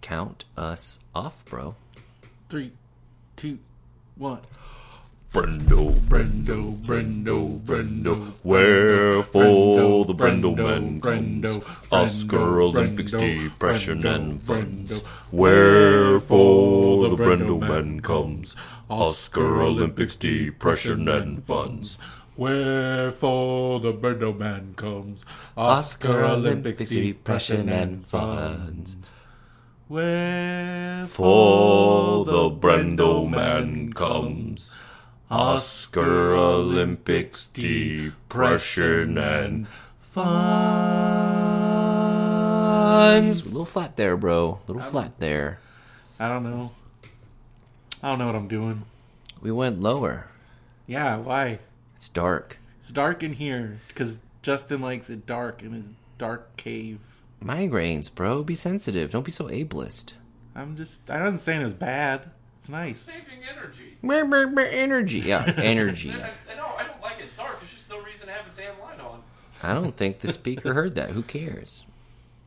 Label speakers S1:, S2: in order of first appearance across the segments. S1: count us off, bro.
S2: Three, two, one.
S1: Brendo,
S2: Brendo, Brendo, Brendo.
S1: wherefore the
S2: Brendo,
S1: Brendo man
S2: Brendo,
S1: comes, Oscar
S2: Brendo,
S1: Olympics
S2: Brendo,
S1: depression
S2: Brendo,
S1: and
S2: Brendo.
S1: funds. Wherefore the Brendo man comes, Oscar Olympics depression and funds.
S2: Wherefore the Brendo man comes, Oscar Olympics depression and funds. Wherefore
S1: For the Brendo man comes, Oscar Olympics depression and funds. A little flat there, bro. A little flat there.
S2: I don't know. I don't know what I'm doing.
S1: We went lower.
S2: Yeah, why?
S1: It's dark.
S2: It's dark in here because Justin likes it dark in his dark cave.
S1: Migraines, bro. Be sensitive. Don't be so ableist.
S2: I'm just. I wasn't saying it was bad. It's nice.
S3: Saving energy.
S1: Brr, brr, brr, Energy. Yeah, energy.
S3: I, I know, I don't like it dark. There's just no reason to have a damn light on.
S1: I don't think the speaker heard that. Who cares?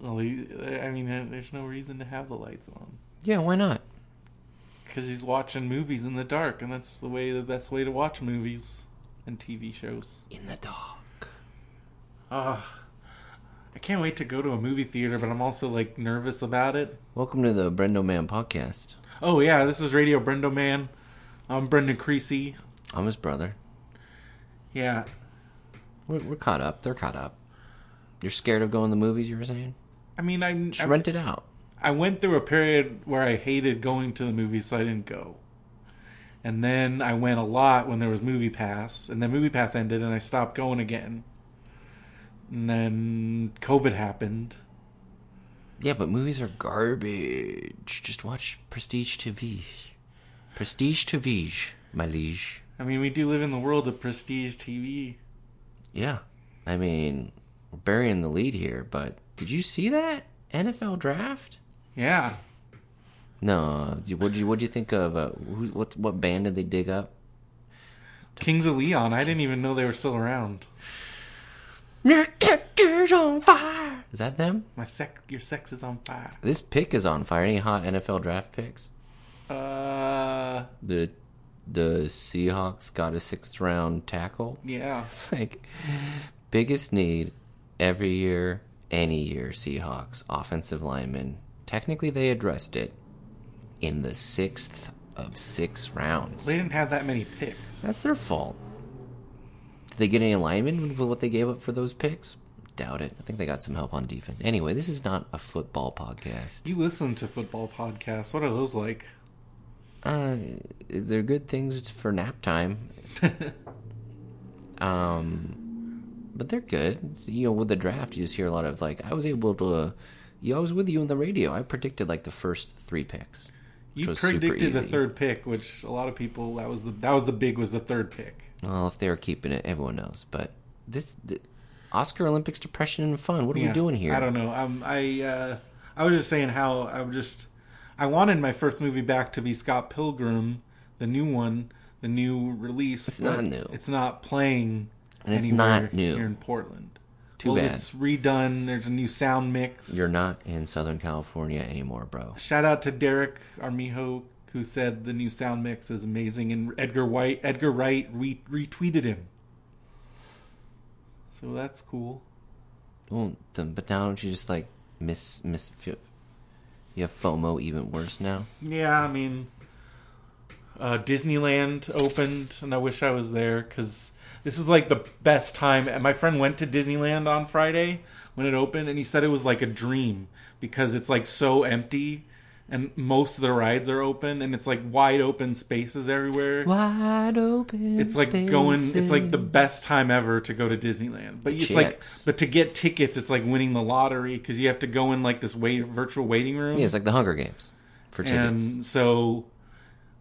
S2: Well, he, I mean, there's no reason to have the lights on
S1: Yeah, why not?
S2: because he's watching movies in the dark, and that's the way the best way to watch movies and TV shows.
S1: In the dark.
S2: Ah, I can't wait to go to a movie theater, but I'm also like nervous about it.
S1: Welcome to the Brendo Man podcast.
S2: Oh yeah, this is Radio Brendo Man. I'm Brendan Creasy.
S1: I'm his brother.
S2: Yeah,
S1: We're, we're caught up. They're caught up. You're scared of going to the movies, you were saying?
S2: I mean, I'm,
S1: Just
S2: I'm
S1: rent it out.
S2: I went through a period where I hated going to the movies, so I didn't go. And then I went a lot when there was Movie Pass, and then Movie Pass ended, and I stopped going again. And then COVID happened.
S1: Yeah, but movies are garbage. Just watch Prestige TV. Prestige TV, my liege.
S2: I mean, we do live in the world of prestige TV.
S1: Yeah. I mean, we're burying the lead here, but did you see that NFL draft?
S2: Yeah,
S1: No. you- What did you What did you think of? Uh, who, what What band did they dig up?
S2: Kings of Leon. I didn't even know they were still around.
S1: on fire. Is that them?
S2: My sex, your sex is on fire.
S1: This pick is on fire. Any hot NFL draft picks?
S2: Uh,
S1: The The Seahawks got a sixth round tackle.
S2: yeah.
S1: It's like biggest need every year, any year. Seahawks offensive lineman. Technically, they addressed it in the sixth of six rounds.
S2: They didn't have that many picks.
S1: That's their fault. Did they get any alignment with what they gave up for those picks? Doubt it. I think they got some help on defense. Anyway, this is not a football podcast.
S2: You listen to football podcasts. What are those like?
S1: Uh, they're good things for nap time. um, but they're good. It's, you know, with the draft, you just hear a lot of like, I was able to. Uh, yeah, I was with you on the radio. I predicted like the first three picks.
S2: You
S1: was super
S2: predicted the
S1: easy.
S2: third pick, which a lot of people that was the that was the big was the third pick.
S1: Well, if they were keeping it, everyone knows. But this, the, Oscar Olympics depression and fun. What are we doing here?
S2: I don't know. Um, I uh, I was just saying how I'm just I wanted my first movie back to be Scott Pilgrim, the new one, the new release. It's
S1: not new.
S2: It's not playing.
S1: And it's
S2: anywhere
S1: not new.
S2: here in Portland.
S1: Too
S2: well,
S1: bad.
S2: It's redone. There's a new sound mix.
S1: You're not in Southern California anymore, bro.
S2: Shout out to Derek Armijo who said the new sound mix is amazing, and Edgar White, Edgar Wright re- retweeted him. So that's cool.
S1: Well, then- but now don't you just like miss miss? f- You have FOMO even worse now.
S2: Yeah, I mean, uh, Disneyland opened, and I wish I was there because this is like the best time. And my friend went to Disneyland on Friday when it opened, and he said it was like a dream because it's like so empty, and most of the rides are open, and it's like wide open spaces everywhere.
S1: Wide open.
S2: It's like going. It's like the best time ever to go to Disneyland. But it's like,
S1: Chicks.
S2: but to get tickets, it's like winning the lottery because you have to go in like this wait, virtual waiting room.
S1: Yeah, it's like the Hunger Games for tickets.
S2: and so,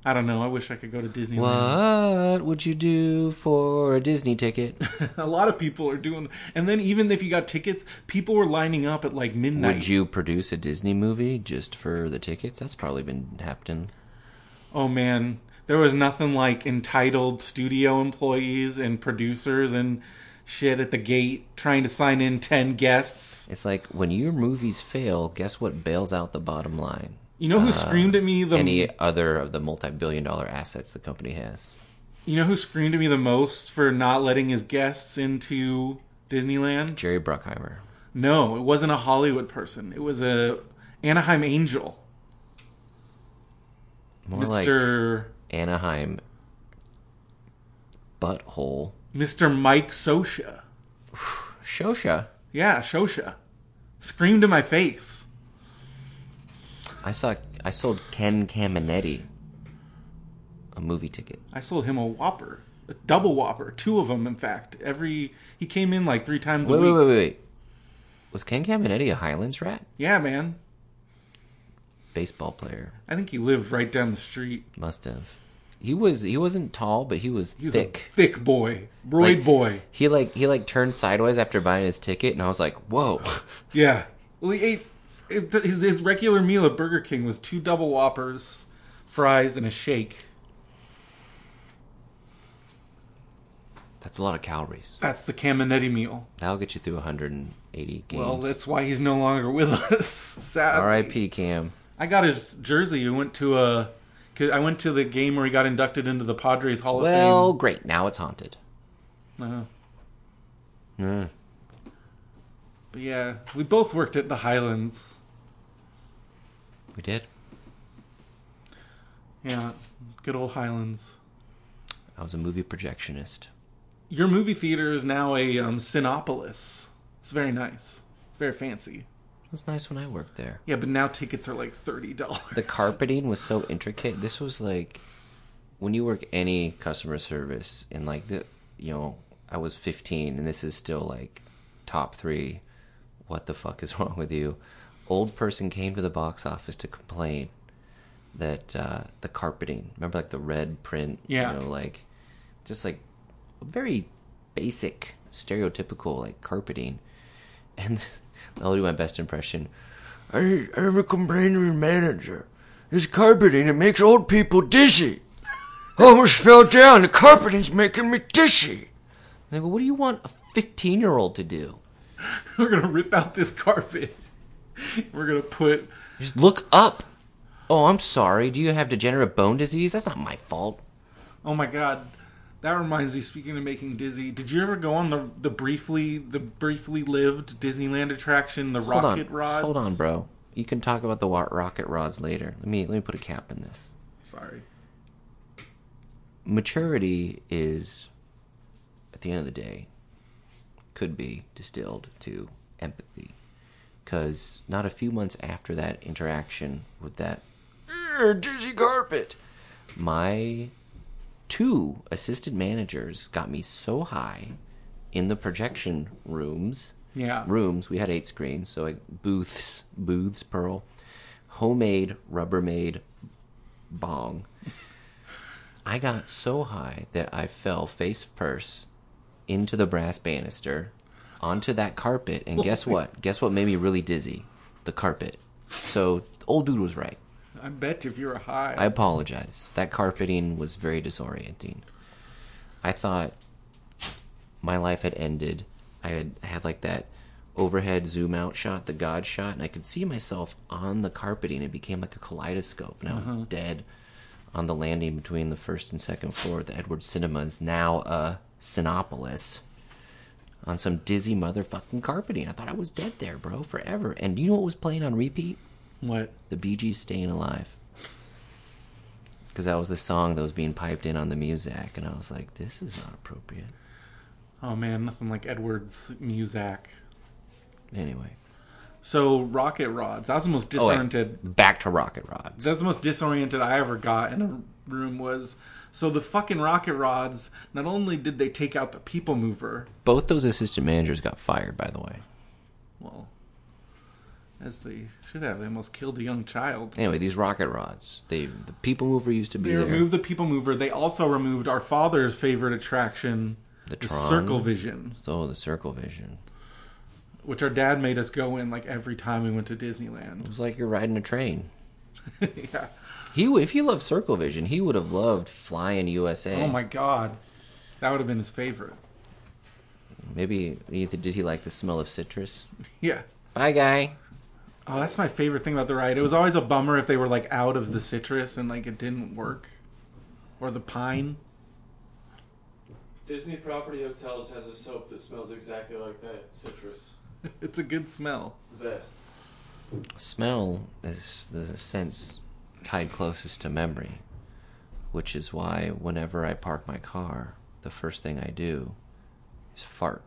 S2: I don't know. I wish I could go to Disneyland.
S1: what would you do for a Disney ticket?
S2: A lot of people are doing. And then even if you got tickets, people were lining up at like midnight.
S1: Would you produce a Disney movie just for the tickets? That's probably been happening.
S2: oh man, there was nothing like entitled studio employees and producers and shit at the gate trying to sign in ten guests.
S1: It's like when your movies fail, guess what bails out the bottom line?
S2: You know who screamed at me the
S1: Uh, any other of the multi-billion dollar assets the company has.
S2: You know who screamed at me the most for not letting his guests into Disneyland?
S1: Jerry Bruckheimer.
S2: No, it wasn't a Hollywood person. It was a Anaheim Angel.
S1: More like
S2: Mr.
S1: Anaheim butthole.
S2: Mr. Mike Sosha.
S1: Shosha.
S2: Yeah, Sosha. Screamed in my face.
S1: I saw I sold Ken Caminetti a movie ticket.
S2: I sold him a Whopper. A double Whopper. Two of them, in fact. Every he came in like three times
S1: Wait,
S2: a week.
S1: wait, wait, wait, wait. Was Ken Caminetti a Highlands rat?
S2: Yeah, man.
S1: Baseball player.
S2: I think he lived right down the street.
S1: Must have. He was he wasn't tall, but he was,
S2: He was
S1: thick.
S2: a thick boy. Broid
S1: Like-
S2: boy.
S1: He like he like turned sideways after buying his ticket and I was like, Whoa.
S2: Yeah. Well, he ate it, his his regular meal at Burger King was two double whoppers, fries, and a shake.
S1: That's a lot of calories.
S2: That's the Caminetti meal.
S1: That'll get you through hundred and eighty games.
S2: Well, that's why he's no longer with us. Sadly.
S1: R.I.P. Cam.
S2: I got his jersey. I went to a. 'cause I went to the game where he got inducted into the Padres Hall of
S1: Well, great. Now it's haunted.
S2: Fame. Uh, But yeah, we both worked at the Highlands.
S1: We did.
S2: Yeah, good old Highlands.
S1: I was a movie projectionist.
S2: Your movie theater is now a um, Sinopolis. It's very nice, very fancy.
S1: It was nice when I worked there.
S2: Yeah, but now tickets are like thirty dollars.
S1: The carpeting was so intricate. This was like when you work any customer service and like the you know, I was 15 and this is still like top 3. What the fuck is wrong with you? Old person came to the box office to complain that uh the carpeting, remember like the red print,
S2: Yeah.
S1: you know, like just like very basic stereotypical like carpeting. And this, I'll do my best impression.
S4: I, I have a complaint to the manager. This carpeting, it makes old people dizzy. I almost fell down. The carpeting's making me dizzy.
S1: They go, what do you want a 15 year old to do?
S2: We're gonna rip out this carpet. We're gonna put.
S1: Just look up. Oh, I'm sorry. Do you have degenerative bone disease? That's not my fault.
S2: Oh my god, that reminds me. Speaking of making dizzy, did you ever go on the the briefly the briefly lived Disneyland attraction, the
S1: Hold
S2: Rocket
S1: on.
S2: Rods?
S1: Hold on, bro. You can talk about the wa- rocket rods later. Let me let me put a cap in this.
S2: Sorry.
S1: Maturity is at the end of the day could be distilled to empathy. Cuz not a few months after that interaction with that "Ugh, dizzy carpet, my two assistant managers got me so high in the projection rooms.
S2: Yeah.
S1: Rooms. We had eight screens, so like booths, booths, Pearl, homemade Rubbermaid bong. I got so high that I fell face first into the brass banister, onto that carpet, and guess what? Guess what made me really dizzy? The carpet. So old dude was right.
S2: I bet if you were high,
S1: I apologize. That carpeting was very disorienting. I thought my life had ended. I had had like that overhead zoom out shot, the God shot, and I could see myself on the carpeting. It became like a kaleidoscope, and I was dead on the landing between the first and second floor of the Edwards Cinemas, now a Sinopolis, on some dizzy motherfucking carpeting. I thought I was dead there, bro, forever. And you know what was playing on repeat?
S2: what?
S1: the Bee Gees staying alive. Because that was the song that was being piped in on the Muzak, and I was like, this is not appropriate.
S2: Oh man, nothing like Edward's Muzak.
S1: Anyway.
S2: So Rocket Rods. That was the most
S1: Oh, wait.
S2: disoriented.
S1: Back to Rocket Rods.
S2: That's the most disoriented I ever got in a room was so the fucking rocket rods. Not only did they take out the people mover,
S1: Both those assistant managers got fired, by the way.
S2: well, as they should have, they almost killed a young child.
S1: Anyway, these Rocket Rods, they the People Mover used to be
S2: They
S1: there.
S2: removed the people mover. They also removed our father's favorite attraction,
S1: The
S2: the,
S1: Tron?
S2: Circle Vision,
S1: oh, the Circle Vision.
S2: which our dad made us go in like every time we went to Disneyland.
S1: It was like you're riding a train.
S2: yeah.
S1: He, would- if he loved Circle Vision, he would have loved Flying USA.
S2: Oh my god, that would have been his favorite.
S1: Maybe either did he like the smell of citrus?
S2: Yeah.
S1: Bye, guy.
S2: Oh, that's my favorite thing about the ride. It was always a bummer if they were like out of the citrus and like it didn't work, or the pine.
S3: Disney Property Hotels has a soap that smells exactly like that citrus.
S2: It's a good smell.
S3: It's the best.
S1: Smell is the sense tied closest to memory, which is why whenever I park my car, the first thing I do is fart.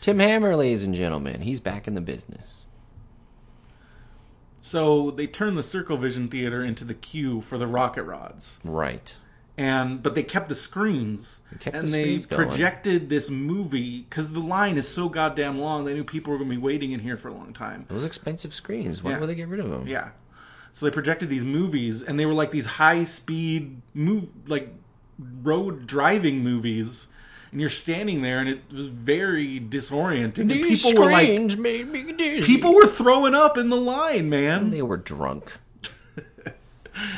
S1: Tim Hammer, ladies and gentlemen, he's back in the business.
S2: So they turned the Circle Vision Theater into the queue for the rocket rods,
S1: Right.
S2: and but they kept the screens
S1: They kept
S2: and
S1: the
S2: they
S1: screens going.
S2: projected this movie because the line is so goddamn long. They knew people were going to be waiting in here for a long time.
S1: Those expensive screens, why
S2: Yeah.
S1: would they get rid of them?
S2: Yeah. So they projected these movies, and they were like these high speed move, like road driving movies. And you're standing there, and it was very disorienting. and people were like,
S1: made me dizzy.
S2: people were throwing up in the line, man.
S1: They were drunk.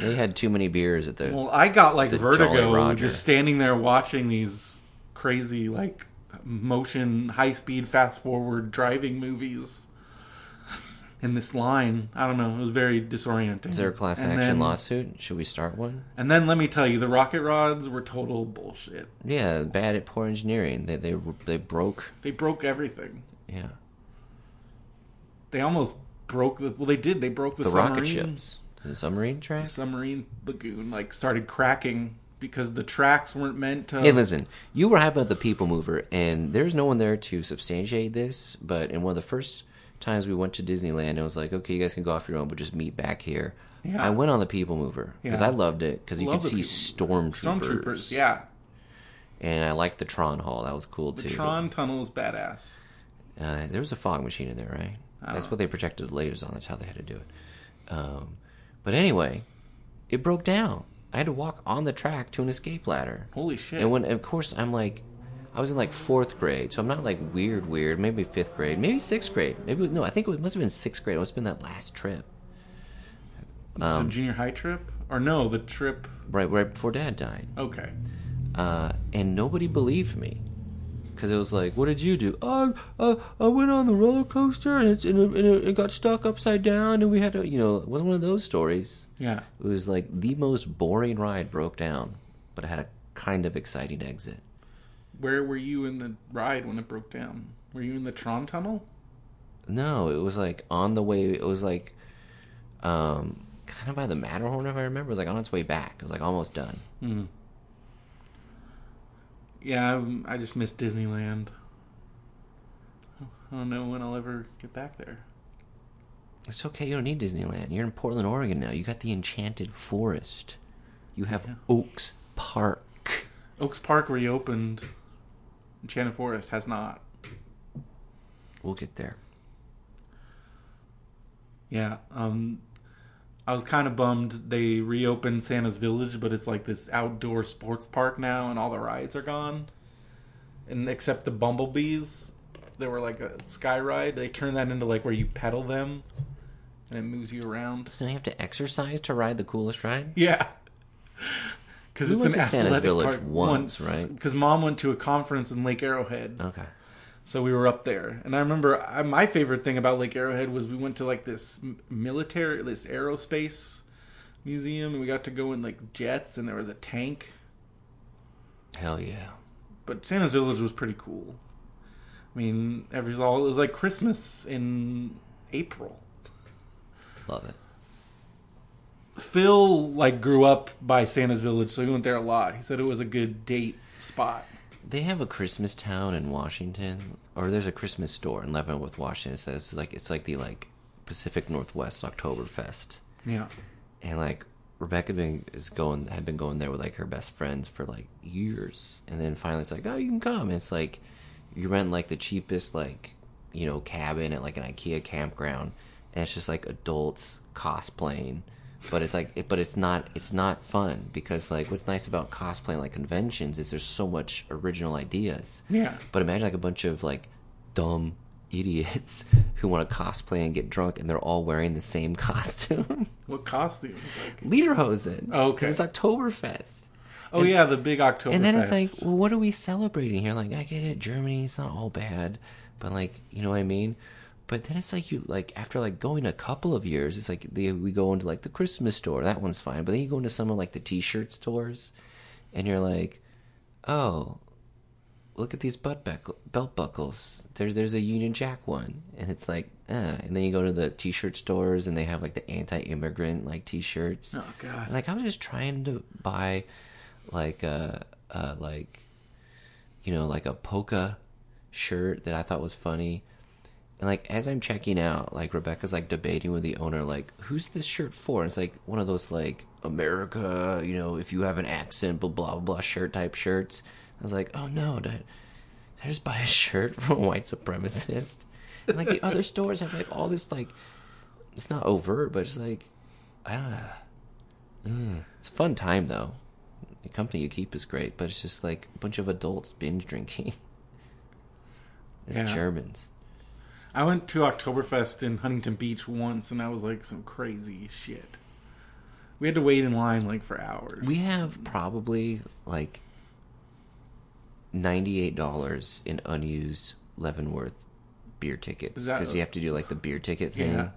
S1: they had too many beers at the.
S2: Well, I got like
S1: Jolly
S2: vertigo
S1: Roger.
S2: just standing there watching these crazy, like motion, high speed, fast forward driving movies. In this line, I don't know. It was very disorienting.
S1: Is there a class
S2: And
S1: action
S2: then-
S1: lawsuit? Should we start one?
S2: And then let me tell you, the rocket rods were total bullshit.
S1: Yeah, bad at poor engineering. They they they broke.
S2: They broke everything.
S1: Yeah,
S2: They almost broke the. Well, they did. They broke the,
S1: the
S2: submarine.
S1: rocket ships, the submarine track.
S2: Submarine lagoon like started cracking because the tracks weren't meant to.
S1: Hey, listen, you were hyped about the People Mover, and there's no one there to substantiate this. But in one of the first times we went to Disneyland, I was like, okay, you guys can go off your own, but just meet back here.
S2: Yeah.
S1: I went on the People Mover because
S2: Yeah.
S1: I loved it because you
S2: Love
S1: could see
S2: the
S1: stormtroopers.
S2: Stormtroopers, yeah.
S1: And I liked the Tron Hall. That was cool
S2: The
S1: too.
S2: Tron tunnel was badass.
S1: Uh, there was a fog machine in there, right? That's what they projected the lasers on. That's how they had to do it. Um, but anyway, it broke down. I had to walk on the track to an escape ladder.
S2: Holy shit!
S1: And when, of course, I'm like, I was in like fourth grade, so I'm not like weird, weird. Maybe fifth grade, maybe sixth grade. Maybe no, I think it must have been sixth grade. It must have been that last trip,
S2: this is a
S1: um,
S2: junior high trip, or no, the trip.
S1: right, right before Dad died.
S2: Okay.
S1: uh, and nobody believed me because it was like, "What did you do?" Oh, uh, I went on the roller coaster and, it's, and, it, and it- it got stuck upside down, and we had to, you know, it wasn't one of those stories.
S2: Yeah.
S1: It was like the most boring ride broke down, but it had a kind of exciting exit.
S2: Where were you in the ride when it broke down? Were you in the Tron tunnel?
S1: No, it was like on the way. It was like, um, kind of by the Matterhorn, if I remember. It was like on its way back. It was like almost done.
S2: Yeah, I'm- I just miss Disneyland. I don't know when I'll ever get back there.
S1: It's okay. You don't need Disneyland. You're in Portland, Oregon now. You got the Enchanted Forest. You have Oaks Park.
S2: Oaks Park reopened. Enchanted Forest has not.
S1: We'll get there.
S2: Yeah. Um, I was kind of bummed they reopened Santa's Village, but it's like this outdoor sports park now, and all the rides are gone. And except the bumblebees, they were like a sky ride. They turned that into like where you pedal them, and it moves you around.
S1: So now you have to exercise to ride the coolest ride.
S2: Yeah. Because
S1: We
S2: it's
S1: went
S2: an
S1: to Santa's
S2: athletic
S1: Village
S2: park
S1: once, right?
S2: Because mom went to a conference in Lake Arrowhead,
S1: Okay.
S2: so we were up there. And I remember I, my favorite thing about Lake Arrowhead was we went to like this m- military, this aerospace museum, and we got to go in like jets, and there was a tank.
S1: Hell yeah.
S2: But Santa's Village was pretty cool. I mean, every all it was like Christmas in April.
S1: Love it.
S2: Phil like grew up by Santa's Village, so he went there a lot. He said it was a good date spot.
S1: They have a Christmas town in Washington, or there's a Christmas store in Leavenworth, Washington. It says like it's like the like Pacific Northwest Oktoberfest,
S2: Yeah.
S1: and like Rebecca been, is going had been going there with like her best friends for like years, and then finally it's like oh you can come. And it's like you rent like the cheapest like you know cabin at like an IKEA campground, and it's just like adults cosplaying, but it's like it, but it's not it's not fun because like what's nice about cosplaying like conventions is there's so much original ideas.
S2: Yeah.
S1: But imagine like a bunch of like dumb idiots who want to cosplay and get drunk, and they're all wearing the same costume.
S2: What costumes? Like,
S1: Lederhosen.
S2: Oh,
S1: 'Cause It's
S2: okay.
S1: Oktoberfest.
S2: oh yeah, the big October.
S1: And then it's like, well, what are we celebrating here? Like, I get it, Germany, it's not all bad, but like, you know what I mean? But then it's like you like after like going a couple of years, it's like the, we go into like the Christmas store. That one's fine, but then you go into some of like the T-shirt stores, and you're like, oh, look at these butt buckle, belt buckles. There's there's a Union Jack one, and it's like, uh, and then you go to the T-shirt stores, and they have like the anti-immigrant like T-shirts.
S2: Oh, God.
S1: And, like I was just trying to buy, like uh, uh like, you know, like a polka shirt that I thought was funny. And like as I'm checking out, like Rebecca's like debating with the owner, like, who's this shirt for? And it's like one of those like America, you know, if you have an accent, blah blah blah shirt type shirts. I was like, oh no, did, did I just buy a shirt from a white supremacist? And like the other stores have like all this like, it's not overt, but it's like, I don't know. Ugh. It's a fun time though. The company you keep is great, but it's just like a bunch of adults binge drinking. it's
S2: Yeah.
S1: Germans.
S2: I went to Oktoberfest in Huntington Beach once, and that was like some crazy shit. We had to wait in line like for hours.
S1: We have probably like ninety-eight dollars in unused Leavenworth beer tickets
S2: Is that-
S1: because you have to do like the beer ticket thing.
S2: yeah.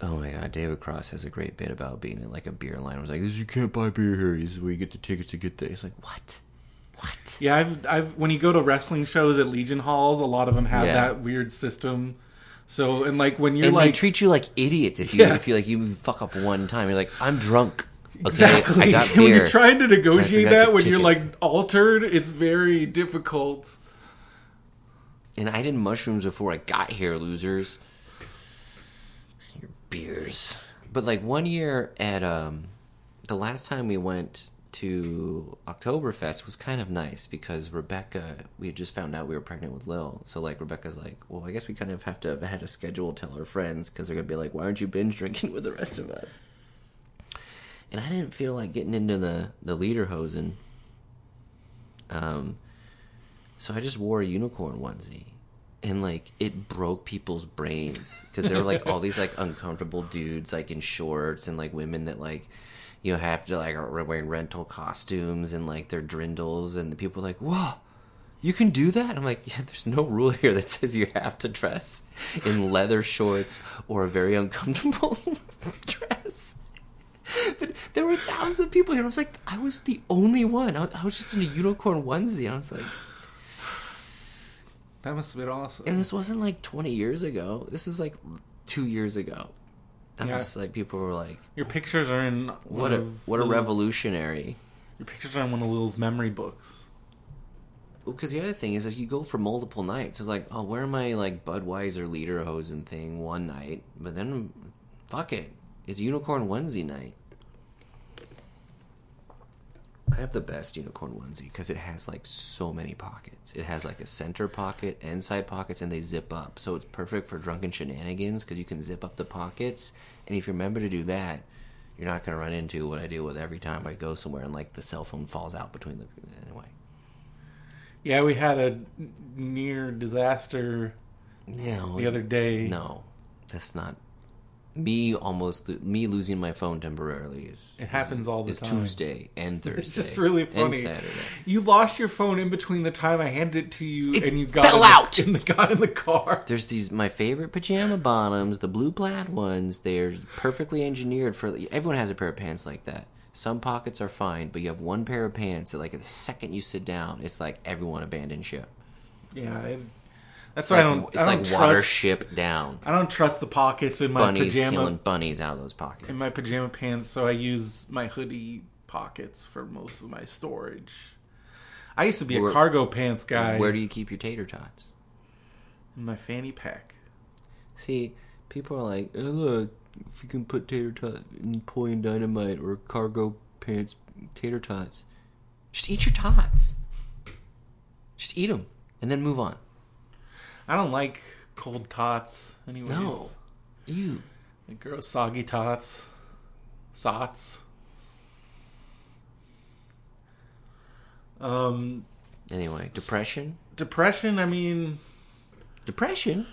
S1: Oh my god, David Cross has a great bit about being in like a beer line. I was like, "This you can't buy beer here. This is where you get the tickets to get there." It's like, what? What?
S2: Yeah, I've I've when you go to wrestling shows at Legion halls, a lot of them have
S1: Yeah.
S2: that weird system. So and like when you're
S1: and they
S2: like
S1: treat you like idiots if you
S2: Yeah.
S1: if you like you fuck up one time. You're like, I'm drunk. Okay,
S2: exactly
S1: I got beer.
S2: when you're trying to negotiate
S1: forgot
S2: that
S1: the
S2: when you're like
S1: ticket.
S2: altered, it's very difficult.
S1: And I did mushrooms before I got here, losers. Your beers. But like one year at um the last time we went to Oktoberfest was kind of nice because Rebecca we had just found out we were pregnant with Lil. So like Rebecca's like, Well, I guess we kind of have to have had a schedule tell our friends because they're gonna be like, Why aren't you binge drinking with the rest of us? And I didn't feel like getting into the, the leader hosing. Um so I just wore a unicorn onesie, and like it broke people's brains because there were like all these like uncomfortable dudes like in shorts and like women that like you know have to like are wearing rental costumes and like their drindles and the people were like whoa. You can do that? I'm like, yeah, there's no rule here that says you have to dress in leather shorts or a very uncomfortable dress. But there were thousands of people here. I was like, I was the only one. I I was just in a unicorn onesie. And I was like,
S2: That must have been awesome.
S1: and this wasn't like 20 years ago. This is like two years ago. And
S2: Yeah.
S1: I was like, people were like,
S2: Your pictures are in one
S1: "What a
S2: of
S1: what a
S2: Lil's-
S1: revolutionary!"
S2: Your pictures are in one of Lil's memory books.
S1: Because the other thing is, like, you go for multiple nights. It's like, oh, wear my like Budweiser lederhosen thing one night, but then, fuck it, it's unicorn onesie night. I have the best unicorn onesie because it has like so many pockets. It has like a center pocket and side pockets, and they zip up. So it's perfect for drunken shenanigans because you can zip up the pockets. And if you remember to do that, you're not going to run into what I deal with every time I go somewhere and like the cell phone falls out between the. Anyway.
S2: Yeah, we had a near disaster
S1: No.
S2: the other day.
S1: No, that's not. Me almost lo- me losing my phone temporarily is
S2: It happens all the
S1: is
S2: time.
S1: Tuesday and Thursday.
S2: It's just really
S1: And
S2: funny.
S1: Saturday.
S2: You lost your phone in between the time I handed it to you and you got
S1: fell
S2: in the-
S1: out!
S2: in the got in the car.
S1: There's these my favorite pajama bottoms, the blue plaid ones. They're perfectly engineered for everyone has a pair of pants like that. Some pockets are fine, but you have one pair of pants that like the second you sit down, it's like everyone abandoned ship.
S2: Yeah, it,
S1: It's
S2: that's why
S1: like,
S2: I don't.
S1: It's
S2: I don't
S1: like
S2: trust,
S1: water ship down.
S2: I don't trust the pockets in my
S1: Bunnies
S2: pajama
S1: killing bunnies out of those pockets.
S2: in my pajama pants, so I use my hoodie pockets for most of my storage. I used to be
S1: Where-
S2: a cargo pants guy.
S1: Where do you keep your tater tots?
S2: in my fanny pack?
S1: See, people are like, "Oh, look, if you can put tater tot in Napoleon dynamite or cargo pants tater tots, just eat your tots. Just eat them and then move on.
S2: I don't like cold tots. Anyways,
S1: No. Ew.
S2: I gross soggy tots, sots. Um,
S1: Anyway, depression.
S2: depression. I mean,
S1: Depression?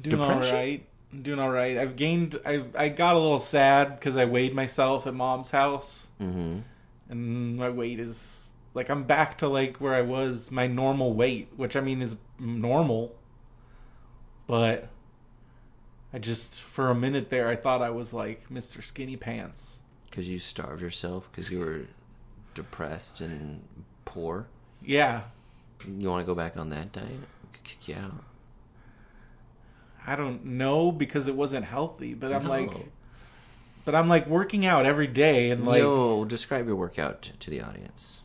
S2: doing
S1: Depression?
S2: all right. I'm doing all right. I've gained. I I got a little sad because I weighed myself at mom's house,
S1: Mm-hmm.
S2: and my weight is like I'm back to like where I was my normal weight, which I mean is normal. But I just for a minute there I thought I was like Mr. Skinny Pants.
S1: Because you starved yourself because you were depressed and poor.
S2: Yeah.
S1: You want to go back on that diet? Could Kick you out.
S2: I don't know because it wasn't healthy, but I'm
S1: No.
S2: like but I'm like working out every day and like
S1: Yo, describe your workout t- to the audience.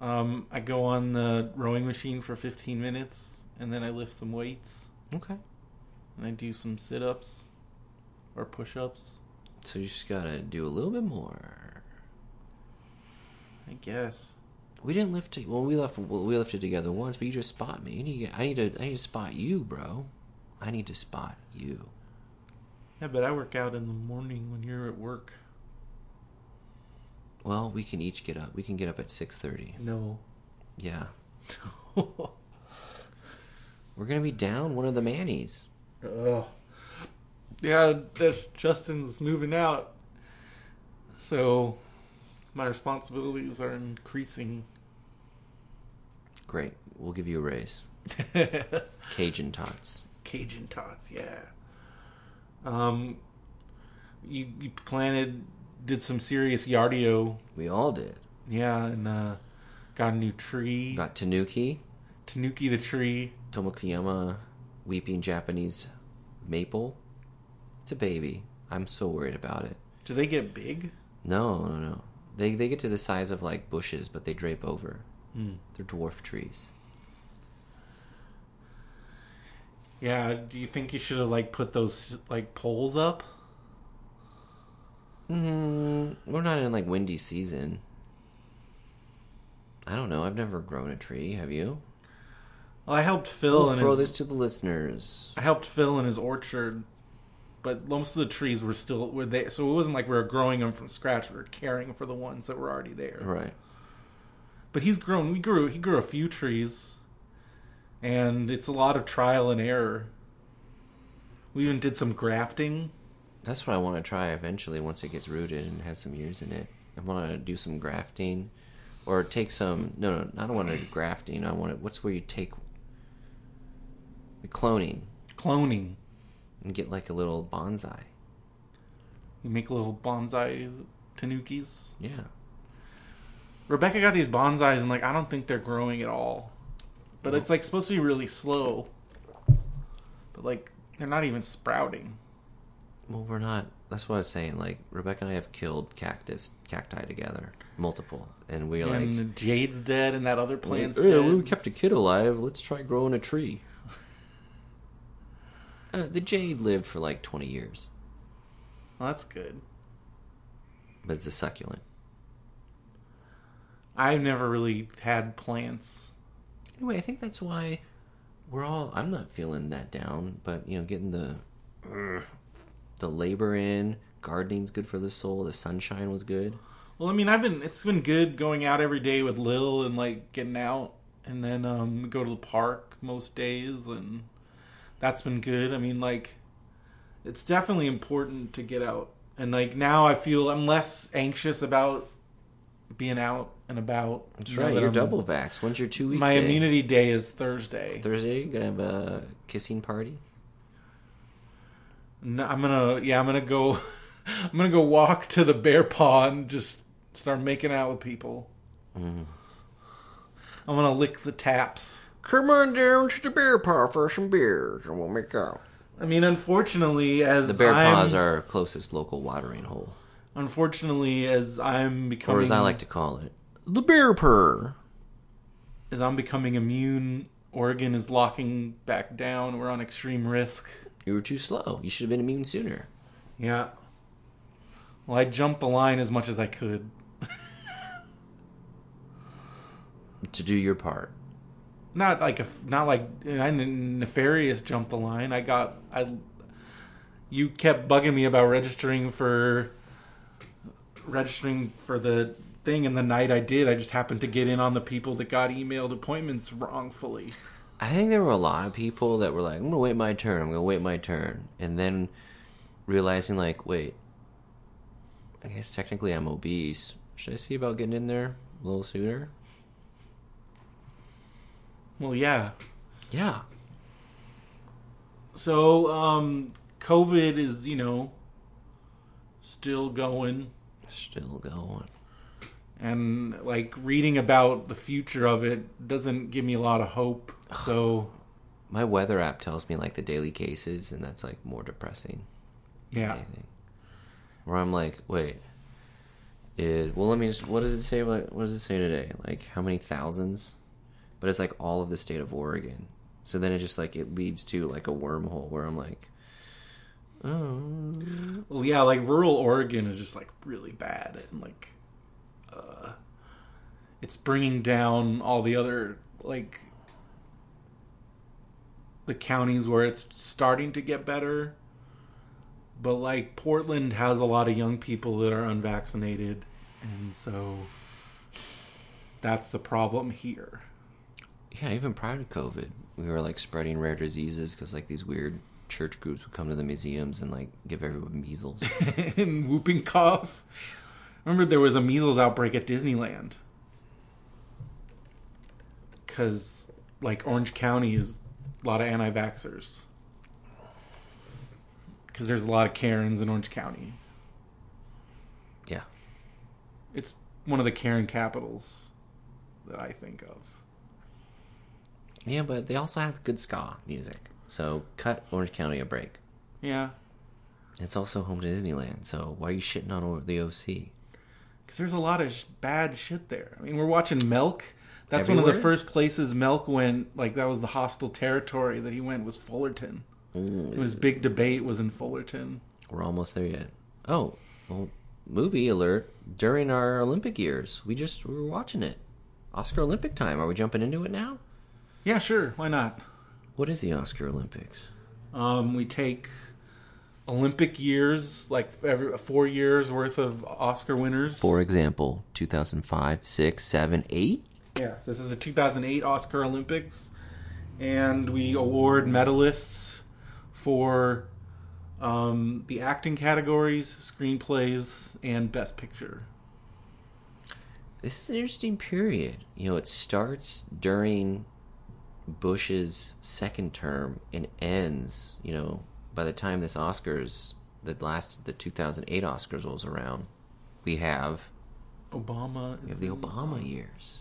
S2: um I go on the rowing machine for 15 minutes and then I lift some weights
S1: Okay.
S2: and I do some sit-ups or push-ups,
S1: So you just gotta do a little bit more.
S2: I guess.
S1: We didn't lift. Well, we left. Well, we lifted together once, but you just spot me. You need. to- I need to. I need to spot you, bro. I need to spot you.
S2: Yeah, but I work out in the morning when you're at work.
S1: Well, we can each get up. We can get up at six thirty.
S2: No.
S1: Yeah,
S2: Ugh.
S1: we're gonna be down one of the Mannies.
S2: Yeah, that's Justin's moving out. So my responsibilities are increasing.
S1: Great. We'll give you a raise. Cajun tots.
S2: Cajun tots, yeah. Um you, you planted did some serious yardio,
S1: We all did.
S2: yeah, and uh got a new tree.
S1: Got Tanuki,
S2: Tanuki the tree.
S1: Tomokuyama, weeping Japanese maple. It's a baby. I'm so worried about it.
S2: Do they get big?
S1: No, no, no. They they get to the size of like bushes, but they drape over.
S2: Hmm.
S1: They're dwarf trees.
S2: Yeah, do you think you should have like put those like poles up?
S1: Mm, we're not in like windy season. I don't know. I've never grown a tree. Have you?
S2: Well, I helped Phil
S1: We'll
S2: and
S1: throw
S2: his,
S1: this to the listeners.
S2: I helped Phil in his orchard, but most of the trees were still were there, so it wasn't like we were growing them from scratch. We were caring for the ones that were already there.
S1: Right.
S2: But he's grown. We grew. He grew a few trees, and it's a lot of trial and error. We even did some grafting.
S1: That's what I want to try eventually once it gets rooted and has some years in it. I want to do some grafting or take some. No, no, I don't want to do grafting. I want to. What's where you take cloning
S2: Cloning.
S1: and get like a little bonsai?
S2: You make little bonsai tanukis.
S1: Yeah.
S2: Rebecca got these bonsais, and like I don't think they're growing at all. But it's like supposed to be really slow. But like they're not even sprouting.
S1: Well, we're not. That's what I was saying. Like Rebecca and I have killed cactus, cacti together, multiple, and we're
S2: and
S1: like,
S2: Jade's dead, and that other plant's
S1: "Hey,
S2: dead.
S1: we kept a kid alive. Let's try growing a tree. uh, the jade lived for like twenty years,
S2: Well, that's good.
S1: but it's a succulent.
S2: I've never really had plants.
S1: Anyway, I think that's why we're all. I'm not feeling that down, but you know, getting the the labor in, gardening's good for the soul. The sunshine was good.
S2: Well, I mean, I've been it's been good going out every day with Lil and like getting out, and then um go to the park most days, and that's been good. I mean, like it's definitely important to get out, and like now I feel I'm less anxious about being out and about.
S1: That's
S2: now
S1: right.
S2: that
S1: You're
S2: I'm-
S1: double vax. When's your two week?
S2: Um, My
S1: day?
S2: immunity day is Thursday.
S1: Thursday, you gonna have a kissing party.
S2: No, I'm gonna yeah, I'm gonna go I'm gonna go walk to the bear paw and just start making out with people. Mm-hmm. I'm gonna lick the taps.
S4: Come on down to the beer paw for some beers and we'll make out.
S2: I mean, unfortunately, as
S1: The bear
S2: I'm,
S1: paws are our closest local watering hole,
S2: unfortunately as I'm becoming
S1: or as I like to call it, the bear purr.
S2: as I'm becoming immune, Oregon is locking back down. We're on extreme risk.
S1: You were too slow. You should have been immune sooner.
S2: Yeah. Well, I jumped the line as much as I could.
S1: To do your part.
S2: not like a not like I didn't nefarious jump the line. I got I you kept bugging me about registering for registering for the thing and the night I did, I just happened to get in on the people that got emailed appointments wrongfully.
S1: I think there were a lot of people that were like, I'm gonna wait my turn, I'm gonna wait my turn. And then realizing, like, wait, I guess technically I'm obese. Should I see about getting in there a little sooner?
S2: Well, yeah.
S1: Yeah.
S2: So, um, COVID is, you know, still going.
S1: Still going.
S2: And, like, reading about the future of it doesn't give me a lot of hope. So,
S1: My weather app tells me like the daily cases, and that's like more depressing.
S2: yeah.
S1: anything. Where I'm like, wait, is well, let me just. What does it say? What, what does it say today? Like how many thousands? But it's like all of the state of Oregon. So then it just like it leads to like a wormhole where I'm like, oh,
S2: Well, yeah, like, rural Oregon is just, like, really bad. And, like, uh, it's bringing down all the other, like, the counties where it's starting to get better. But like Portland has a lot of young people that are unvaccinated, and so that's the problem here.
S1: yeah. Even prior to COVID, we were like spreading rare diseases because like these weird church groups would come to the museums and like give everyone measles.
S2: and whooping cough. Remember there was a measles outbreak at Disneyland. Cause like Orange County is a lot of anti vaxxers. Cause there's a lot of Karens in Orange County.
S1: yeah,
S2: It's one of the Karen capitals that I think of.
S1: yeah. But they also had good ska music. So cut Orange County a break.
S2: Yeah.
S1: It's also home to Disneyland, so why are you shitting on O- the OC?
S2: Because there's a lot of sh- bad shit there. I mean, we're watching Melk. That's one of the
S1: Everywhere?
S2: first places Melk went. Like that was the hostile territory that he went was Fullerton. It
S1: Mm.
S2: was big debate was in Fullerton.
S1: We're almost there yet. Oh, well, movie alert! During our Olympic years, we just we were watching it. Oscar Olympic time. Are we jumping into it now?
S2: Yeah, sure. Why not?
S1: What is the Oscar Olympics?
S2: Um, we take Olympic years, like every four years worth of Oscar winners.
S1: For example, 2005, 6, 7, 8?
S2: Yeah, this is the 2008 Oscar Olympics, and we award medalists for um, the acting categories, screenplays, and Best Picture.
S1: This is an interesting period. You know, it starts during Bush's second term and ends, you know, by the time this Oscars, that last, the 2008 Oscars rolls around, we have
S2: Obama.
S1: We
S2: Is
S1: have the Obama years.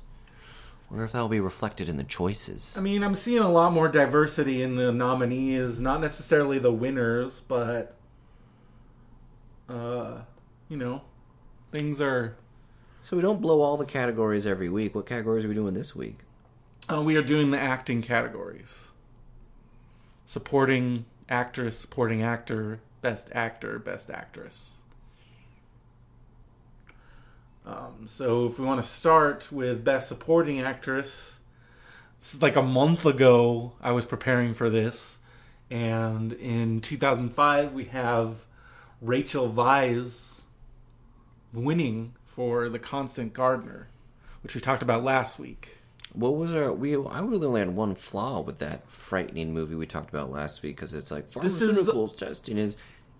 S1: Wonder if that will be reflected in the choices.
S2: I mean, I'm seeing a lot more diversity in the nominees, not necessarily the winners, but uh, you know, things are
S1: So we don't blow all the categories every week. What categories are we doing this week?
S2: uh, we are doing the acting categories. Supporting actress, supporting actor, best actor, best actress. Um, so if we want to start with best supporting actress, this is like a month ago I was preparing for this, and in 2005 we have Rachel Vise winning for The Constant Gardener, which we talked about last week.
S1: What was our we? I really only had one flaw with that frightening movie we talked about last week because it's like
S2: This
S1: pharmaceuticals
S2: is-
S1: testing is.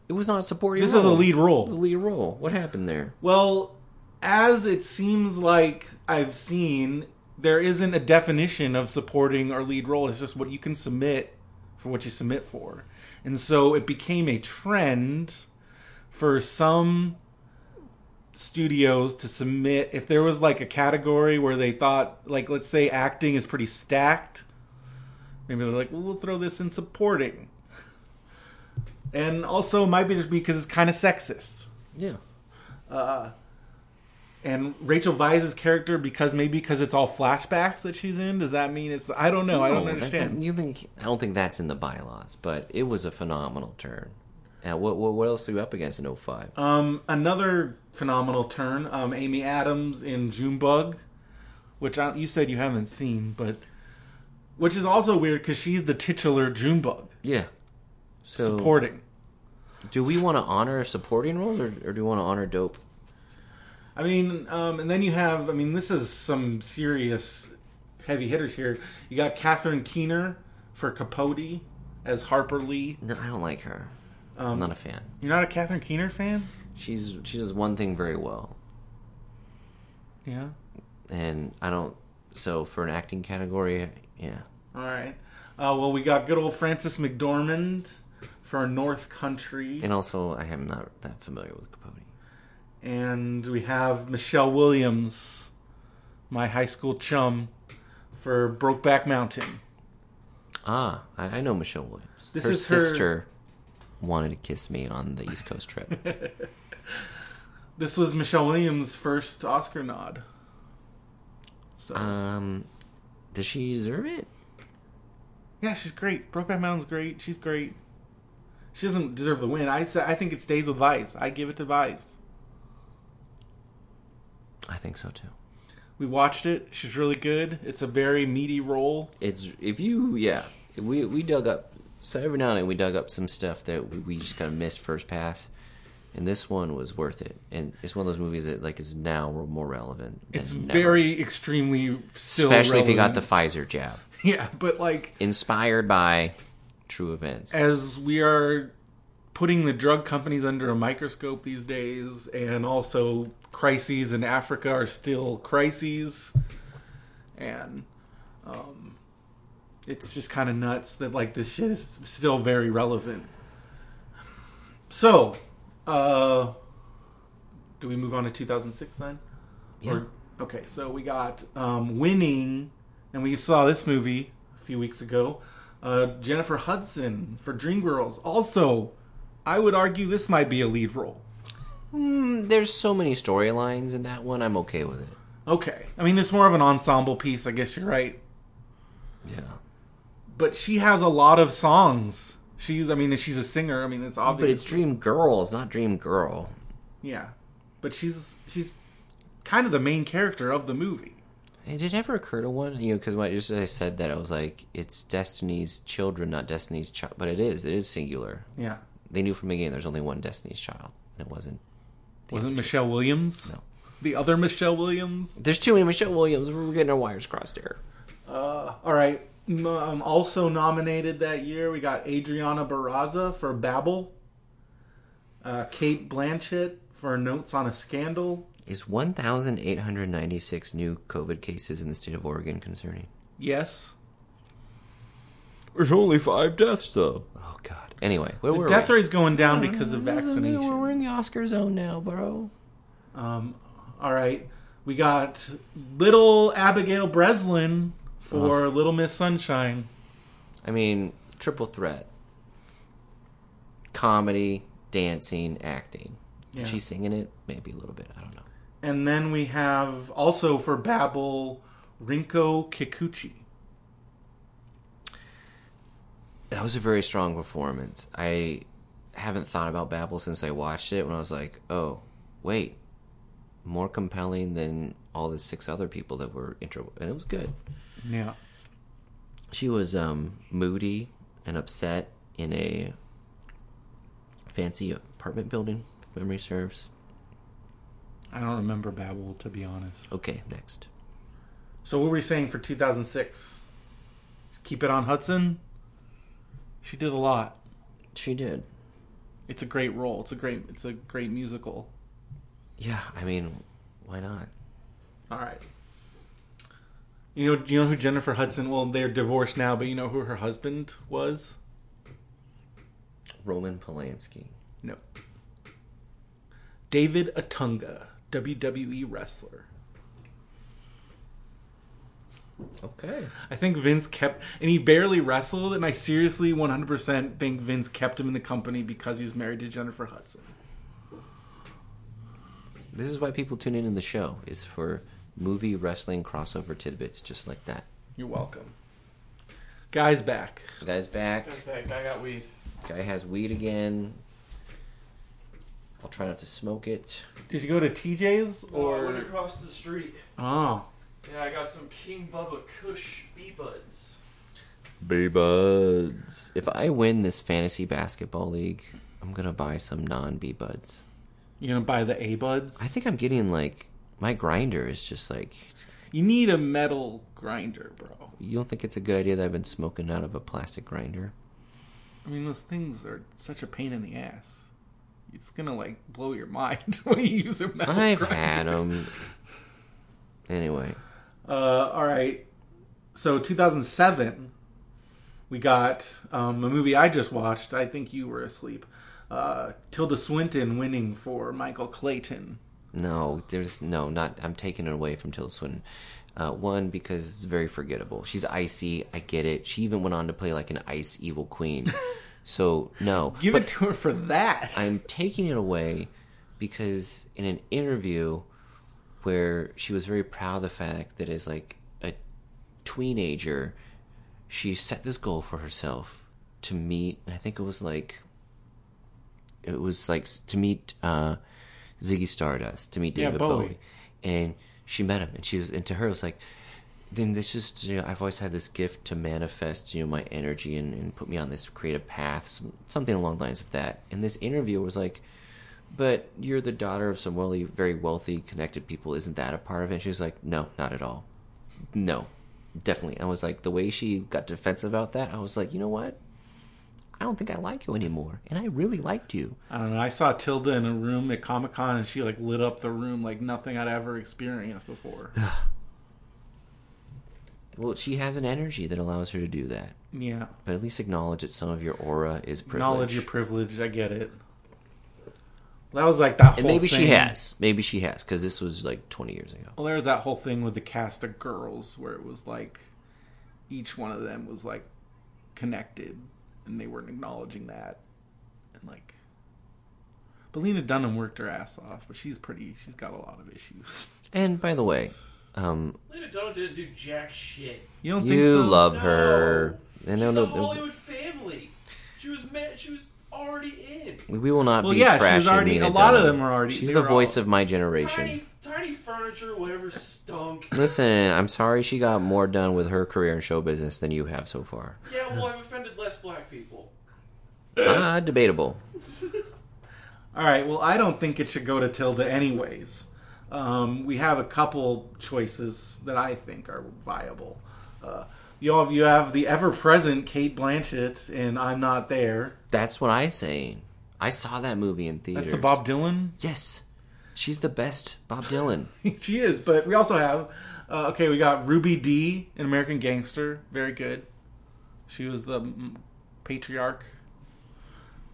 S1: It was not a supporting.
S2: This is a
S1: role.
S2: lead role.
S1: The lead role. What happened there?
S2: Well, as it seems like I've seen, there isn't a definition of supporting or lead role. It's just what you can submit for what you submit for. And so it became a trend for some studios to submit if there was like a category where they thought like let's say acting is pretty stacked maybe they're like well we'll throw this in supporting and also it might be just because it's kind of sexist
S1: Yeah.
S2: and Rachel Vise's character because maybe because it's all flashbacks that she's in. Does that mean it's? I don't know. I
S1: No,
S2: don't
S1: that-
S2: understand.
S1: that- you think? I don't think that's in the bylaws, but it was a phenomenal turn. And what what, what else are you up against in 05?
S2: Um, another phenomenal turn. Um, Amy Adams in Junebug, which I, you said you haven't seen, but which is also weird because she's the titular Junebug,
S1: yeah. So
S2: supporting.
S1: Do we want to honor supporting roles, or, or do we want to honor dope?
S2: I mean, um, and then you have. I mean, this is some serious heavy hitters here. You got Katherine Keener for Capote as Harper Lee. Um,
S1: No, I don't like her. I'm not a fan.
S2: You're not a Katherine Keener fan?
S1: She's she does one thing very well,
S2: Yeah.
S1: and I don't. So for an acting category, yeah,
S2: All right. Uh, well, we got good old Francis McDormand for our North Country,
S1: And also, I am not that familiar with Capote.
S2: and we have Michelle Williams, my high school chum, for Brokeback Mountain.
S1: Ah, I, I know Michelle Williams.
S2: This
S1: her
S2: is her-
S1: sister wanted to kiss me on the East Coast trip.
S2: This was Michelle Williams' first Oscar nod. So
S1: um, does she deserve it?
S2: yeah, she's great. Brokeback Mountain's great. She's great. She doesn't deserve the win. I sa- I think it stays with Vice. I give it to Vice.
S1: I think so too.
S2: We watched it. She's really good. It's a very meaty role.
S1: It's if you yeah we we dug up so every now and then we dug up some stuff that we, we just kind of missed first pass, and this one was worth it. And it's one of those movies that like is now more relevant. than
S2: It's
S1: never.
S2: very extremely still
S1: especially if you got the
S2: relevant.
S1: Pfizer jab.
S2: yeah, but like
S1: Inspired by true events.
S2: as we are putting the drug companies under a microscope these days, and also crises in Africa are still crises, and um, it's just kind of nuts that like this shit is still very relevant. So, uh, do we move on to 2006 then?
S1: Yeah.
S2: Or- okay, so we got um, Winning, and we saw this movie a few weeks ago. Uh, Jennifer Hudson for Dreamgirls. Also, I would argue this might be a lead role.
S1: Mm, There's so many storylines in that one. I'm okay with it.
S2: Okay, I mean it's more of an ensemble piece. I guess you're right,
S1: Yeah,
S2: but she has a lot of songs. She's, I mean, she's a singer. I mean, it's obvious.
S1: but it's Dream Girl. It's not Dream Girl.
S2: yeah, but she's she's kind of the main character of the movie.
S1: Hey, did it ever occur to one? You know, because when I just as I said that, I was like, it's Destiny's Children, not Destiny's Child. But it is. It is singular.
S2: Yeah,
S1: They knew from the beginning there's only one Destiny's Child, and it wasn't.
S2: wasn't Michelle Williams?
S1: No.
S2: The other Michelle Williams.
S1: There's too many Michelle Williams. We're getting our wires crossed here.
S2: Uh, all right. M- Um, also nominated that year, we got Adriana Barraza for Babel, uh, Kate Blanchett for Notes on a Scandal.
S1: Is 1,896 new COVID cases in the state of Oregon concerning?
S2: Yes.
S1: There's only five deaths, though. Oh God. Anyway, where were
S2: the death
S1: we?
S2: rate's going down because of vaccination.
S1: We're in the Oscar zone now, bro.
S2: Um, all right. We got Little Abigail Breslin for Little Miss Sunshine.
S1: I mean, triple threat: comedy, dancing, acting.
S2: Yeah.
S1: Is she singing it? Maybe a little bit. I don't know.
S2: And then we have also for Babel, Rinko Kikuchi.
S1: That was a very strong performance. I haven't thought about Babel since I watched it. When I was like, oh, wait, more compelling than all the six other people that were intro, and it was good.
S2: Yeah.
S1: she was um, moody and upset in a fancy apartment building, if memory serves.
S2: I don't remember Babel, to be honest.
S1: Okay, next.
S2: So what were we saying for 2006? Just keep it on Hudson. She did a lot.
S1: She did.
S2: It's a great role. It's a great. It's a great musical.
S1: Yeah, I mean, why not?
S2: All right. You know, do you know who Jennifer Hudson? Well, they're divorced now, but you know who her husband was?
S1: Roman Polanski.
S2: No. David Atunga, WWE wrestler.
S1: Okay.
S2: I think Vince kept, and he barely wrestled. And I seriously, 100% think Vince kept him in the company because he's married to Jennifer Hudson.
S1: This is why people tune in in the show is for movie wrestling crossover tidbits just like that.
S2: You're welcome. Guy's back.
S1: Guy's back.
S3: Okay, I got weed.
S1: Guy has weed again. I'll try not to smoke it.
S2: Did you go to TJ's
S3: Oh, I went
S2: or?
S3: across the street.
S2: Oh,
S3: Yeah, I got some King Bubba Kush bee buds.
S1: B Buds. If I win this fantasy basketball league, I'm gonna buy some non B Buds.
S2: you gonna buy the A buds?
S1: I think I'm getting like my grinder is just like
S2: you need a metal grinder, bro.
S1: you don't think it's a good idea that I've been smoking out of a plastic grinder?
S2: I mean, those things are such a pain in the ass. It's gonna like blow your mind when you use a metal
S1: I've
S2: grinder.
S1: had them. Anyway,
S2: Uh, all right. So 2007, we got um, a movie I just watched. I think you were asleep. Uh, Tilda Swinton winning for Michael Clayton.
S1: No, there's no, not. I'm taking it away from Tilda Swinton. Uh, one because it's very forgettable. She's icy. I get it. She even went on to play like an ice evil queen. So no,
S2: Give
S1: But-
S2: it to her for that.
S1: I'm taking it away because in an interview where she was very proud of the fact that as like a teenager, she set this goal for herself to meet. I think it was like it was like s- to meet uh, Ziggy Stardust to meet
S2: Yeah,
S1: David
S2: Bowie.
S1: Bowie. and she met him, and she was and to her it was like. Then this just you know I've always had this gift to manifest you know my energy and, and put me on this creative path some, something along the lines of that and this interviewer was like but you're the daughter of some really very wealthy connected people isn't that a part of it she was like no not at all no definitely I was like the way she got defensive about that I was like you know what I don't think I like you anymore and I really liked you
S2: I don't know. I saw Tilda in a room at Comic Con, and she like lit up the room like nothing I'd ever experienced before.
S1: well she has an energy that allows her to do that
S2: yeah,
S1: but at least acknowledge that some of your aura is privilege
S2: acknowledge your privilege. I get it. That was like that.
S1: And
S2: whole
S1: maybe she
S2: thing-
S1: has. Maybe she has because this was like 20 years ago.
S2: Well, there was that whole thing with the cast of girls where it was like each one of them was like connected, and they weren't acknowledging that, and like. Belina Dunham worked her ass off, but she's pretty. She's got a lot of issues.
S1: And by the way, um,
S3: Lena Dunham didn't do jack shit.
S2: You don't think
S1: you
S2: so?
S1: love
S3: No.
S1: her. And
S3: She's
S1: no,
S3: a
S1: no,
S3: Hollywood family. She was met. She was already in.
S1: we will not
S2: Well,
S1: be
S2: yeah, she
S1: trashing
S2: was already-
S1: Lena
S2: a lot of
S1: Dunham.
S2: them are already-
S1: She's
S2: they
S1: the
S2: were
S1: voice
S2: all-
S1: of my generation.
S3: Tiny, tiny furniture, whatever stunk.
S1: Listen, I'm sorry she got more done with her career in show business than you have so far.
S3: Yeah, well, I've offended less black people.
S1: Ah, debatable.
S2: All right. Well, I don't think it should go to Tilda, anyways. Um, we have a couple choices that I think are viable. Uh, you have you have the ever present Kate Blanchett in I'm Not There.
S1: That's what I'm saying. I saw that movie in theaters.
S2: That's the Bob Dylan.
S1: Yes, she's the best Bob Dylan.
S2: she is, but we also have uh, okay. We got Ruby D in American Gangster. Very good. She was the mm, patriarch,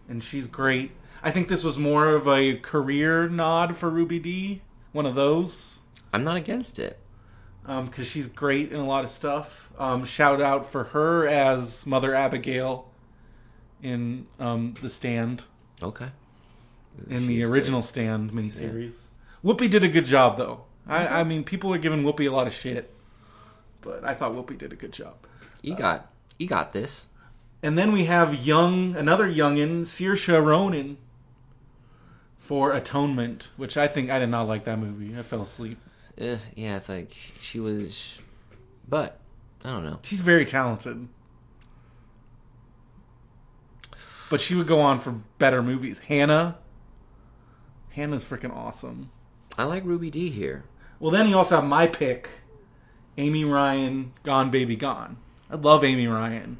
S2: and she's great. I think this was more of a career nod for Ruby D. One of those.
S1: I'm not against it.
S2: because um, she's great in a lot of stuff. Um, shout out for her as Mother Abigail in um, The Stand,
S1: Okay.
S2: in the original Stand miniseries. Whoopi did a good job, though. I, I mean, people are giving Whoopi a lot of shit, but I thought Whoopi did a good job.
S1: You got, you got this.
S2: And then we have young, another youngin, Saoirse Ronan, for Atonement, which I think I did not like that movie. I fell asleep.
S1: Eh, yeah, it's like she was, but I don't know.
S2: She's very talented. But she would go on for better movies. Hannah. Hannah's freaking awesome.
S1: I like Ruby D here.
S2: Well, then you also have my pick Amy Ryan, Gone Baby Gone. I love Amy Ryan.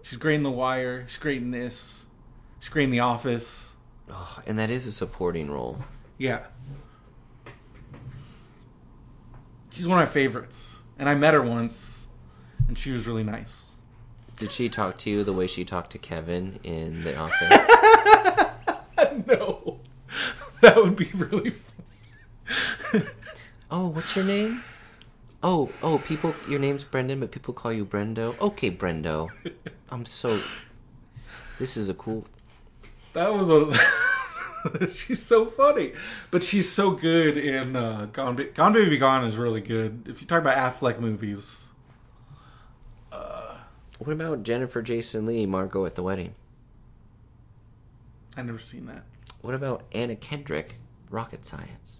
S2: She's great in The Wire. She's great in this. She's great in The Office.
S1: Oh, and that is a supporting role.
S2: Yeah. She's one of my favorites. And I met her once, and she was really nice.
S1: Did she talk to you the way she talked to Kevin in The Office?
S2: No. That would be really
S1: oh, what's your name? Oh, oh, people, your name's Brendan, but people call you Brendo. Okay, Brendo. I'm so. This is a cool.
S2: That was what. she's so funny, but she's so good in uh, Gone. Ba- Gone Baby Gone is really good. If you talk about Affleck movies,
S1: What about Jennifer Jason Lee, Margot at the wedding?
S2: I never seen that.
S1: What about Anna Kendrick, Rocket Science?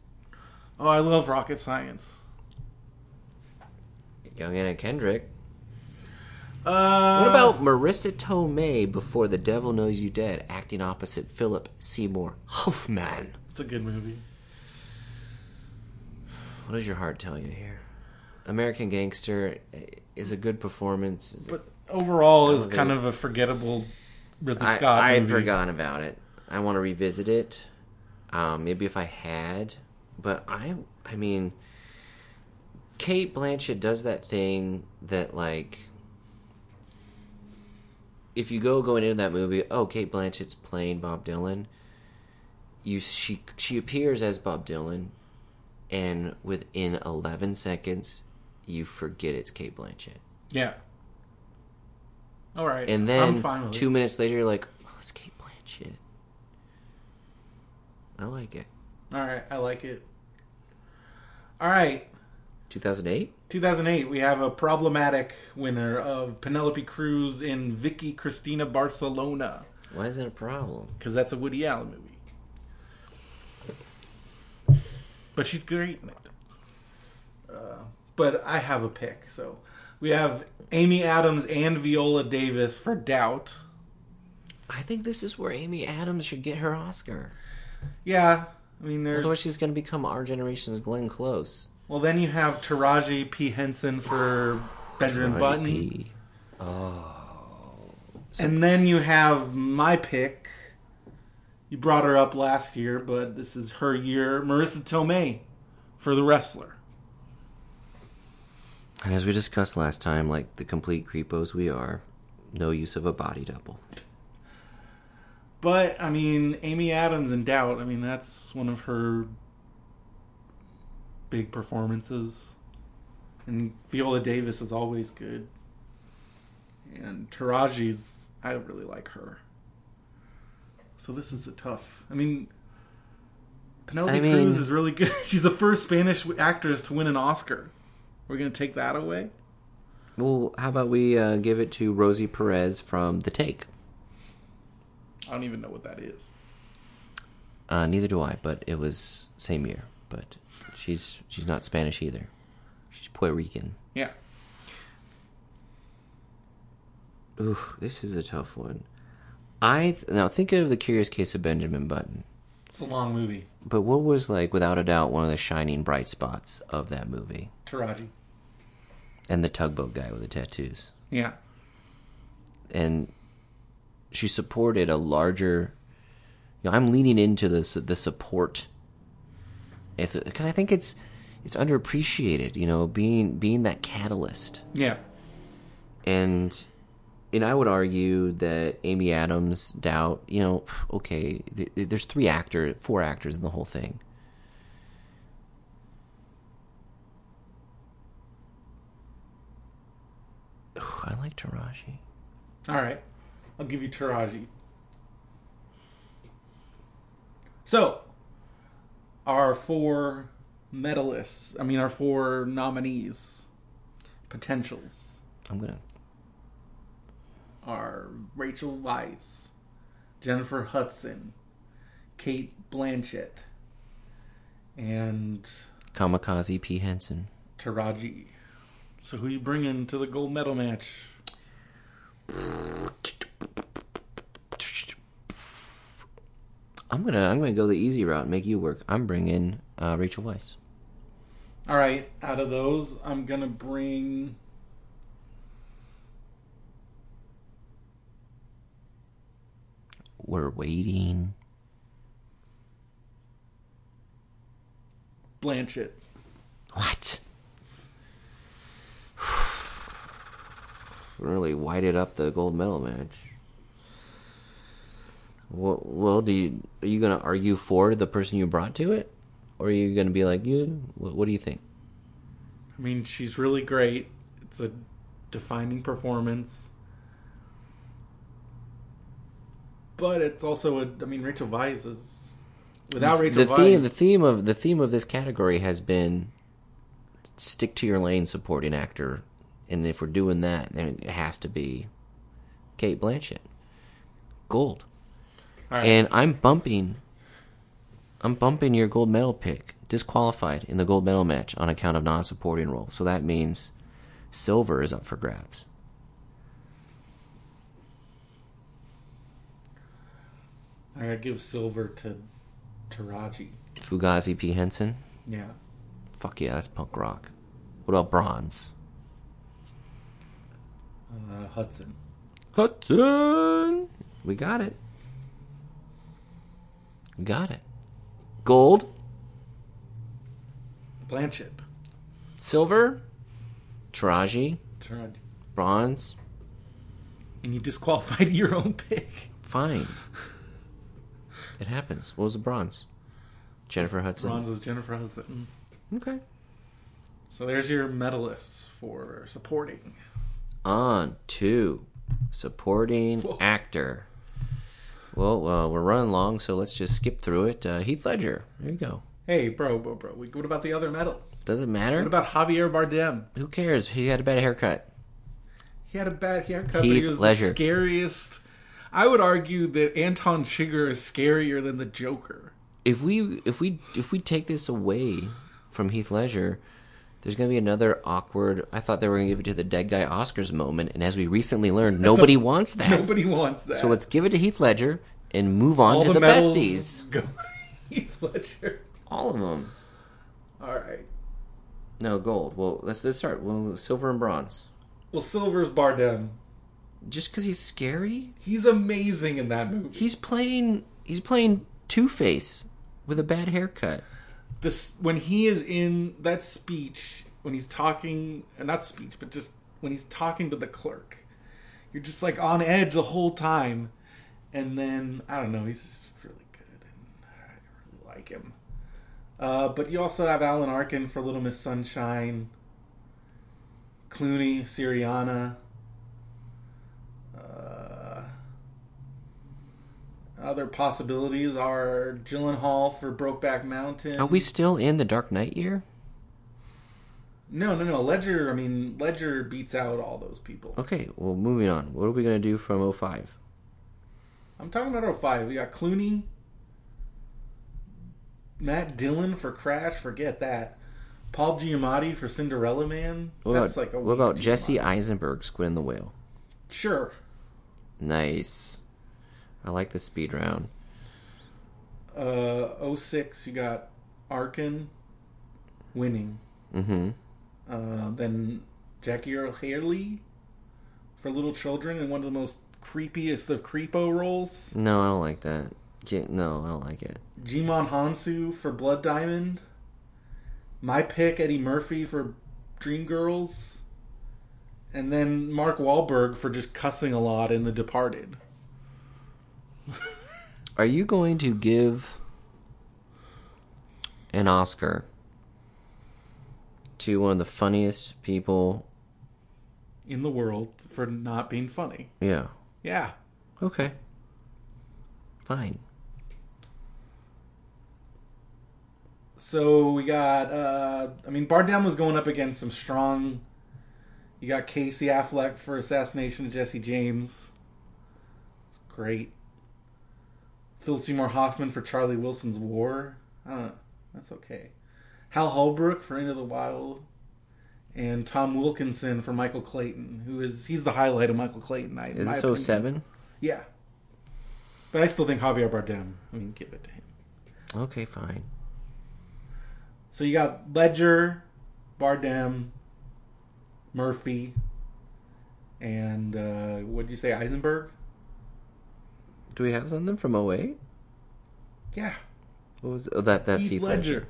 S2: Oh, I love Rocket Science.
S1: Young Anna Kendrick.
S2: Uh,
S1: What about Marissa Tomei before The Devil Knows You Dead, acting opposite Philip Seymour Hoffman?
S2: It's a good movie.
S1: What does your heart tell you here? American Gangster eh, is a good performance. Is it-
S2: But overall, is
S1: Elevated.
S2: kind of a forgettable Ridley
S1: I,
S2: Scott
S1: I had
S2: movie.
S1: forgotten about it. I want to revisit it. Um, maybe if I had, but I, I mean, Kate Blanchett does that thing that like if you go going into that movie, oh, Kate Blanchett's playing Bob Dylan. You she she appears as Bob Dylan, and within eleven seconds, you forget it's Kate Blanchett.
S2: Yeah. All right.
S1: And
S2: I'm fine
S1: then
S2: with
S1: two
S2: it.
S1: minutes later, you're like, oh, it's Kate Blanchett. I like it.
S2: All right, I like it. All right.
S1: 2008.
S2: 2008, we have a problematic winner of Penelope Cruz in Vicky Cristina Barcelona
S1: Why is that a problem?
S2: because that's a Woody Allen movie. But she's great in it. Uh, but I have a pick. So we have Amy Adams and Viola Davis for Doubt.
S1: I think this is where Amy Adams should get her Oscar.
S2: Yeah, I mean, there's.
S1: Otherwise, she's going to become our generation's Glenn Close.
S2: Well, then you have Taraji P. Henson for Benjamin Button.
S1: P.
S2: And then you have my pick. You brought her up last year, but this is her year. Marissa Tomei for The Wrestler.
S1: And as we discussed last time, like the complete creepos we are, no use of a body double.
S2: But, I mean, Amy Adams in Doubt, I mean, that's one of her big performances. And Viola Davis is always good. And Taraji's, I really like her. So this is a tough. I mean, Penelope
S1: I mean-
S2: Cruz is really good. She's the first Spanish actress to win an Oscar. We're going to take that away?
S1: Well, how about we uh, give it to Rosie Perez from The Take?
S2: I don't even know what that is.
S1: Uh, neither do I, but it was same year. But she's she's not Spanish either. She's Puerto Rican.
S2: Yeah.
S1: Ooh, this is a tough one. I th- now think of the Curious Case of Benjamin Button.
S2: It's a long movie.
S1: But what was like without a doubt one of the shining bright spots of that movie?
S2: Taraji.
S1: And the tugboat guy with the tattoos.
S2: Yeah.
S1: and she supported a larger. You know, I'm leaning into this the support, because I think it's it's underappreciated. You know, being being that catalyst,
S2: Yeah.
S1: and and I would argue that Amy Adams, Doubt, you know, okay, th- th- there's three actor, four actors in the whole thing. I like Taraji.
S2: All right. I'll give you Taraji. So, our four medalists, I mean, our four nominees, potentials,
S1: I'm gonna
S2: are Rachel Weisz, Jennifer Hudson, Kate Blanchett, and
S1: Kamikaze P. Henson.
S2: Taraji. So, who you bringing to the gold medal match?
S1: I'm gonna I'm gonna go the easy route and make you work. I'm bringing uh, Rachel Weisz.
S2: All right, out of those, I'm gonna bring.
S1: We're waiting.
S2: Blanchett.
S1: What? really whited up the gold medal match. Well, well, do you are you gonna argue for the person you brought to it, or are you gonna be like, yeah, what, what do you think?
S2: I mean, she's really great. It's a defining performance. But it's also a. I mean, Rachel Weisz is. Without Rachel
S1: the
S2: Weisz.
S1: theme, the theme of the theme of this category has been stick to your lane, supporting actor, and if we're doing that, then it has to be Kate Blanchett, gold.
S2: All right.
S1: And I'm bumping, I'm bumping your gold medal pick, disqualified in the gold medal match on account of non-supporting role. So that means silver is up for grabs.
S2: I gotta give silver to Taraji.
S1: Fugazi P Henson,
S2: Yeah.
S1: fuck yeah, that's punk rock. What about bronze?
S2: Uh, Hudson.
S1: Hudson. We got it. We got it. Gold,
S2: Blanchett.
S1: silver, Taraji,
S2: Taraji.
S1: bronze,
S2: and you disqualified your own pick.
S1: Fine. It happens. What was the bronze? Jennifer Hudson.
S2: Bronze was Jennifer Hudson.
S1: Okay.
S2: So there's your medalists for supporting.
S1: On to supporting
S2: Whoa.
S1: actor. Well, uh, we're running long, so let's just skip through it. Uh, Heath Ledger. There you go.
S2: Hey, bro, bro, bro. we- What about the other medals?
S1: Does it
S2: What
S1: matter?
S2: about Javier Bardem?
S1: Who cares? He had a bad haircut.
S2: He had a bad haircut, but he
S1: Heath
S2: was the
S1: Ledger.
S2: scariest. I would argue that Anton Chigurh is scarier than the Joker.
S1: If we if we if we take this away from Heath Ledger, there's gonna be another awkward. I thought they were gonna give it to the dead guy Oscars moment, and as we recently learned, nobody wants that.
S2: Nobody wants that.
S1: So let's give it to Heath Ledger and move on
S2: all
S1: to
S2: the,
S1: the,
S2: medals
S1: besties.
S2: go to Heath Ledger.
S1: All of them.
S2: All right.
S1: No gold. Well, let's let's start. Well, silver and bronze.
S2: Well, Silver's Bardem.
S1: Just because he's scary,
S2: He's amazing in that movie.
S1: he's playing he's playing Two Face with a bad haircut.
S2: this when he is in that speech when he's talking uh, not speech but just when he's talking to the clerk you're just like on edge the whole time and then i don't know he's just really good and i really like him uh, but you also have alan arkin for little miss sunshine clooney syriana uh, other possibilities are Gyllenhaal for Brokeback Mountain.
S1: Are we still in the Dark Knight year?
S2: No, no, no. Ledger, I mean, Ledger beats out all those people.
S1: Okay. Well, moving on. What are we gonna do from 05?
S2: I'm talking about 05. We got Clooney, Matt Dillon for Crash, forget that. Paul Giamatti for Cinderella Man.
S1: What
S2: That's
S1: about
S2: like a
S1: what about
S2: weird
S1: Jesse
S2: Giamatti.
S1: Eisenberg, Squid and the Whale?
S2: Sure.
S1: Nice. I like the speed round.
S2: Uh 06, you got Arkin winning.
S1: Mm-hmm.
S2: Uh, then Jackie Earl Haley for Little Children in one of the most creepiest of creepo roles.
S1: No, I don't like that. Get, no, I don't like it.
S2: Jimon Hansu for Blood Diamond. My pick, Eddie Murphy for Dreamgirls. And then Mark Wahlberg for just cussing a lot in The Departed.
S1: Are you going to give an Oscar to one of the funniest people?
S2: In the world for not being funny.
S1: Yeah.
S2: Yeah.
S1: Okay. Fine.
S2: So we got, uh, I mean, Bardem was going up against some strong. You got Casey Affleck for assassination of Jesse James. It's great. Phil Seymour Hoffman for Charlie Wilson's War. I don't know. That's okay. Hal Holbrook for Into the Wild. And Tom Wilkinson for Michael Clayton, who is he's the highlight of Michael Clayton. I, in
S1: Is
S2: my
S1: this
S2: opinion.
S1: 07?
S2: Yeah. But I still think Javier Bardem. I mean, give it to him.
S1: Okay, fine.
S2: So you got Ledger, Bardem, Murphy, and uh, what did you say, Eisenberg?
S1: Do we have something from 08?
S2: Yeah,
S1: What was oh, that? That's
S2: Heath, Ledger.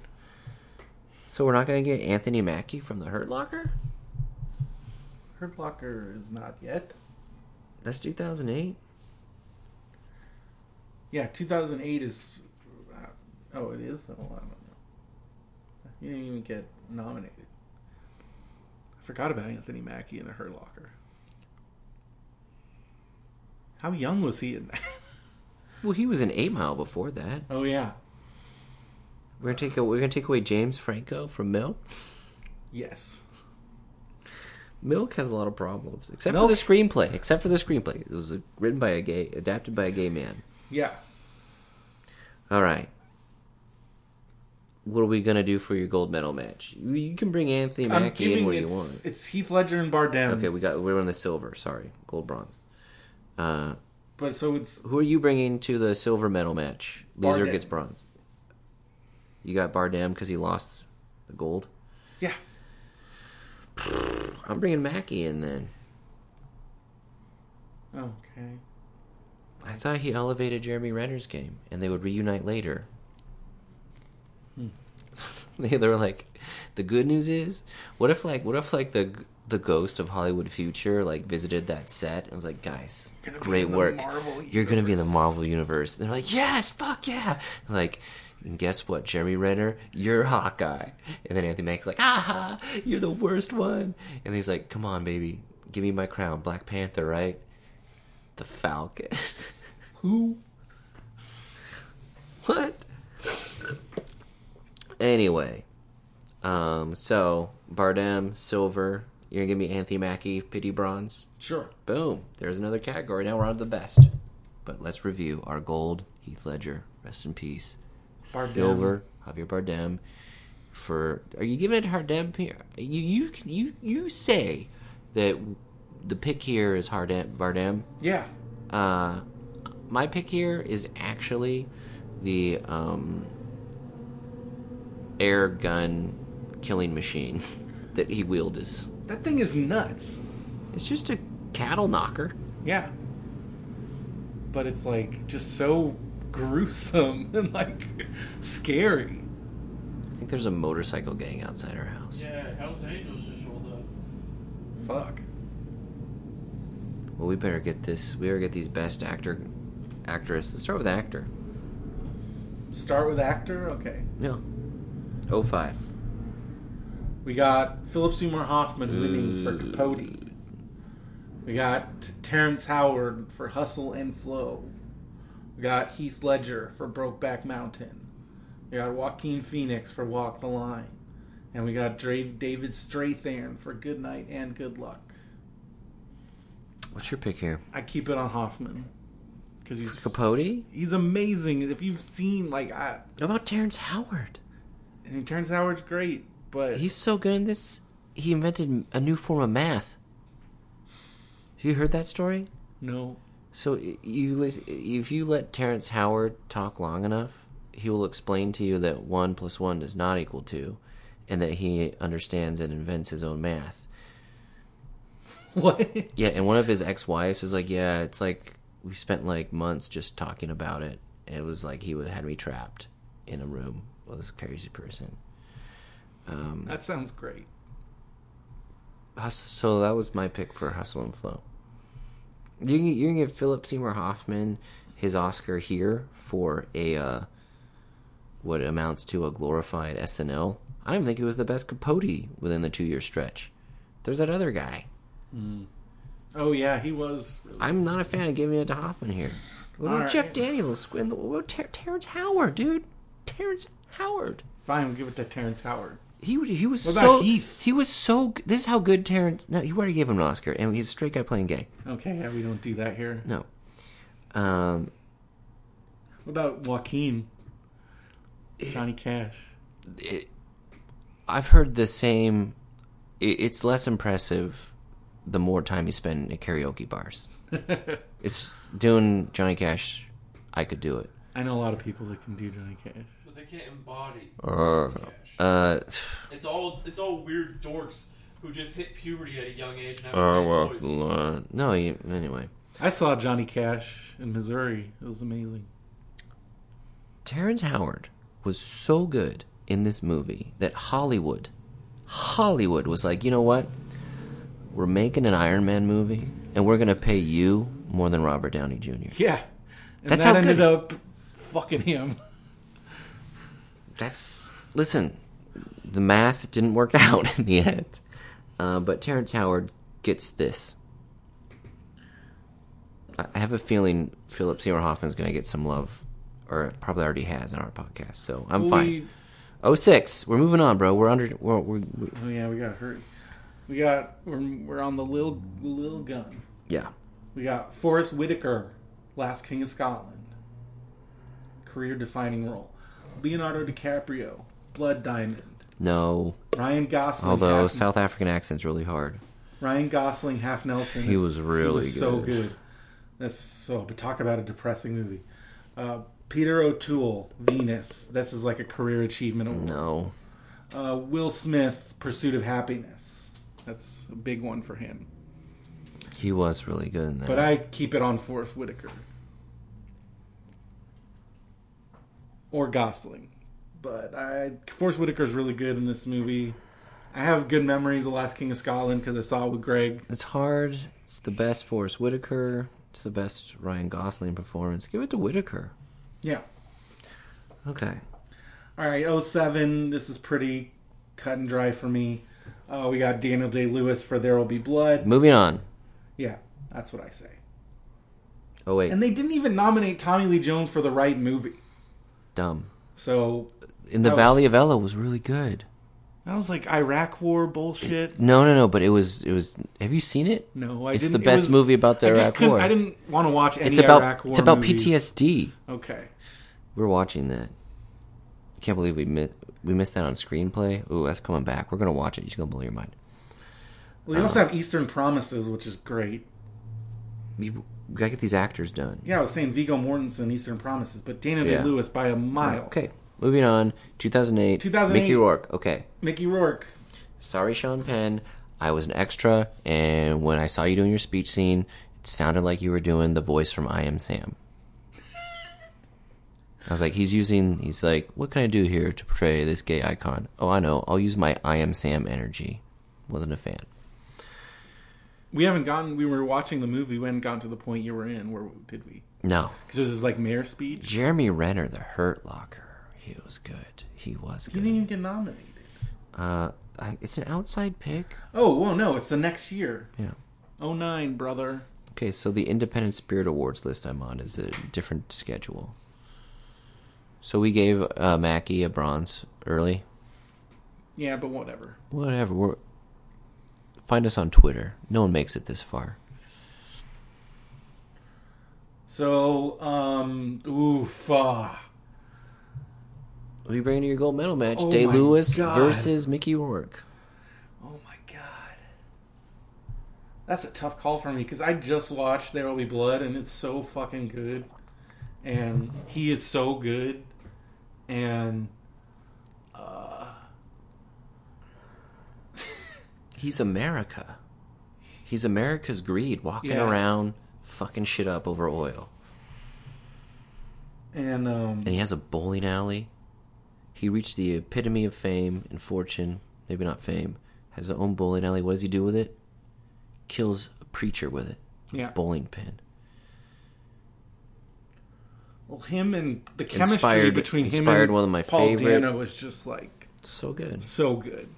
S1: So we're not going to get Anthony Mackie from the Hurt Locker?
S2: Hurt Locker is not yet.
S1: That's 2008.
S2: Yeah, 2008 is. Uh, oh, it is. Oh, I don't know. He didn't even get nominated. I forgot about Anthony Mackie in a Hurt Locker. How young was he in that?
S1: Well, he was in Eight Mile before that.
S2: Oh yeah.
S1: We're gonna take a, we're gonna take away James Franco from Milk.
S2: Yes.
S1: Milk has a lot of problems, except
S2: Milk-
S1: for the screenplay. Except for the screenplay, it was uh, written by a gay, adapted by a gay man.
S2: Yeah.
S1: All right. What are we gonna do for your gold medal match? You- You can bring Anthony
S2: I'm
S1: Mackie in
S2: giving
S1: where you
S2: it's-
S1: want.
S2: It's Heath Ledger and Bardem.
S1: Okay, we got we're on the silver. Sorry, gold bronze. Uh,
S2: But so it's
S1: who are you bringing to the silver medal match? Loser
S2: Bardem.
S1: gets bronze. You got Bardem because he lost the gold.
S2: yeah.
S1: I'm bringing Mackie in then.
S2: Okay.
S1: I thought he
S2: Hmm.
S1: elevated Jeremy Renner's game, and they would reunite later. They, they were like, the good news is, what if like, what if like the the ghost of Hollywood Future like visited that set and was like, guys,
S2: You're gonna be
S1: great
S2: in the
S1: work,
S2: Marvel
S1: you're gonna be in the Marvel universe. And they're like, yes, fuck yeah, And like. And guess what, Jeremy Renner? You're Hawkeye. And then Anthony Mackie's like, ah, ha, you're the worst one. And he's like, come on, baby, give me my crown, Black Panther, right? The Falcon.
S2: Who?
S1: What? Anyway, um, so Bardem, silver. You're gonna give me Anthony Mackie, pity bronze.
S2: Sure.
S1: Boom. There's another category. Now we're on to the best. But let's review our gold. Heath Ledger, rest in peace.
S2: Bardem.
S1: Silver, Javier Bardem. For are you giving it to Bardem? here? You you you you say that the pick here is Hardem Bardem.
S2: Yeah.
S1: Uh, my pick here is actually the um, air gun killing machine that he wielded. is.
S2: That thing is nuts.
S1: It's just a cattle knocker.
S2: Yeah. But it's like just so gruesome and like scary.
S1: I think there's a motorcycle gang outside our house.
S3: Yeah, Hell's Angels just rolled up.
S2: Fuck.
S1: Well, we better get this. We better get these best actor, actress. Let's start with actor.
S2: Start with actor. Okay.
S1: Yeah. Oh five.
S2: We got Philip Seymour Hoffman winning for Capote. We got Terrence Howard for Hustle and Flow. We got Heath Ledger for Brokeback Mountain. We got Joaquin Phoenix for Walk the Line. And we got Dra- David Strathairn for Good Night and Good Luck.
S1: What's your pick here?
S2: I keep it on Hoffman because he's
S1: Capote?
S2: he's amazing. If you've seen like I,
S1: What about Terrence Howard?
S2: I mean, Terrence Howard's great, but
S1: He's so good in this. He invented a new form of math. Have you heard that story?
S2: no.
S1: So i- you, lis- if you let Terrence Howard talk long enough, he will explain to you that one plus one does not equal two, and that he understands and invents his own math.
S2: What?
S1: Yeah, and one of his ex-wives is like, yeah, it's like we spent like months just talking about it. And it was like he wa- had me trapped in a room with this crazy person. Um,
S2: that sounds great.
S1: Hus- So that was my pick for Hustle and Flow. You can, you can give Philip Seymour Hoffman his Oscar here for a uh, what amounts to a glorified SNL. I don't think he was the best Capote within the two year stretch. There's that other guy.
S2: Oh yeah, he was. Really,
S1: I'm not a fan of giving it to Hoffman here. What about
S2: All right.
S1: Jeff Daniels? What about Ter- Terrence Howard, dude? Terrence Howard.
S2: fine, we'll give it to Terrence Howard.
S1: He w- he was
S2: What about
S1: so
S2: Heath?
S1: he was so. g- This is how good Terrence. No, he already gave him an Oscar, and he's a straight guy playing gay.
S2: Okay, yeah, we don't do that here.
S1: No. Um,
S2: What about Joaquin? Johnny Cash.
S1: it, I've heard the same. It, it's less impressive the more time you spend at karaoke bars. it's doing Johnny Cash. I could do it.
S2: I know a lot of people that can do Johnny Cash.
S3: But they can't embody.
S1: Uh,
S3: Cash.
S1: uh,
S3: It's all it's all weird dorks who just hit puberty at a young age and have
S1: I
S3: a
S1: walk
S3: great
S1: the
S3: voice.
S1: line. No, you, anyway.
S2: I saw Johnny Cash in Missouri. It was amazing.
S1: Terrence Howard was so good in this movie that Hollywood, Hollywood was like, you know what? We're making an Iron Man movie, and we're gonna pay you more than Robert Downey Jr.
S2: Yeah, and
S1: That's
S2: that
S1: how good-
S2: ended up fucking him.
S1: That's listen. The math didn't work out in the end, uh, but Terrence Howard gets this. I I have a feeling Philip Seymour Hoffman's gonna get some love, or probably already has on our podcast. So I'm
S2: We-
S1: fine. Oh six, we're moving on, bro. We're under. We're, we're, we
S2: Oh yeah, we gotta hurry. We got we're we're on the Lil Lil Gun.
S1: yeah.
S2: We got Forrest Whitaker, Last King of Scotland, career defining role. Leonardo DiCaprio, Blood Diamond.
S1: No,
S2: Ryan Gosling.
S1: although
S2: half,
S1: South African accent's really hard.
S2: Ryan Gosling, half Nelson.
S1: He was really
S2: was so
S1: good.
S2: good. That's so. But talk about a depressing movie. Uh, Peter O'Toole, Venus. This is like a career achievement award.
S1: No,
S2: Uh, Will Smith, Pursuit of Happiness. That's a big one for him.
S1: he was really good in that.
S2: But I keep it on Forrest Whitaker. Or Gosling. But I, Force Whitaker's really good in this movie. I have good memories of Last King of Scotland because I saw it with Greg.
S1: It's hard. It's the best Forrest Whitaker. It's the best Ryan Gosling performance. Give it to Whitaker.
S2: Yeah.
S1: Okay.
S2: All right, 07. This is pretty cut and dry for me. Uh, we got Daniel Day Lewis for There Will Be Blood.
S1: Moving on.
S2: Yeah, that's what I say.
S1: Oh wait,
S2: And they didn't even nominate Tommy Lee Jones for the right movie.
S1: dumb.
S2: So
S1: In the
S2: That was-
S1: Valley of Ella was really good.
S2: that was like Iraq War bullshit.
S1: No, no, no. But it was, it was. Have you seen it?
S2: No, I
S1: It's
S2: didn't.
S1: the
S2: it
S1: best
S2: was-
S1: movie about the
S2: I just
S1: Iraq
S2: couldn't-
S1: War.
S2: I didn't want to watch any
S1: It's about,
S2: Iraq War
S1: it's about
S2: movies.
S1: PTSD.
S2: Okay.
S1: We're watching that. I can't believe we missed we missed that on screenplay. Ooh, that's coming back. We're gonna watch it. You're gonna blow your mind.
S2: Well, you also have Eastern Promises, which is great.
S1: We, we gotta get these actors done.
S2: Yeah, I was saying Vigo Mortensen, Eastern Promises, but Daniel Day
S1: Yeah.
S2: Lewis by a mile.
S1: Okay. Moving on. 2008.
S2: 2008.
S1: Mickey Rourke. Okay.
S2: Mickey Rourke.
S1: Sorry, Sean Penn. I was an extra, and when I saw you doing your speech scene, it sounded like you were doing the voice from I Am Sam. I was like, he's using, he's like, what can I do here to portray this gay icon? Oh, I know. I'll use my I Am Sam energy. Wasn't a fan.
S2: We haven't gotten. We were watching the movie. We hadn't gotten to the point you were in. Where did we?
S1: No.
S2: Because this is like mayor speech.
S1: Jeremy Renner, the Hurt Locker. He was good. He was
S2: He didn't
S1: good.
S2: even get nominated.
S1: Uh, I, it's an outside pick.
S2: Oh, well, no, it's the next year.
S1: Yeah.
S2: Oh nine, brother.
S1: Okay, so the Independent Spirit Awards list I'm on is a different schedule. So we gave uh, Mackie a bronze early.
S2: Yeah, but whatever.
S1: Whatever. We're... Find us on Twitter. No one makes it this far.
S2: So, um, ah. ooh, fa.
S1: Who you bringing to your gold medal match?
S2: Oh
S1: Day
S2: my
S1: Lewis
S2: God.
S1: versus Mickey Rourke.
S2: Oh my god. That's a tough call for me because I just watched There Will Be Blood and it's so fucking good. And he is so good. And
S1: He's America. He's America's greed, walking
S2: Yeah.
S1: around, fucking shit up over oil.
S2: and um
S1: and he has a bowling alley. He reached the epitome of fame and fortune, maybe not fame. Has his own bowling alley. What does he do with it? Kills a preacher with it.
S2: Yeah.
S1: Bowling pin.
S2: well him and the chemistry
S1: Inspired-
S2: between him
S1: inspired
S2: and
S1: one of my
S2: Paul
S1: favorite-
S2: Dano is just like
S1: So good.
S2: so good.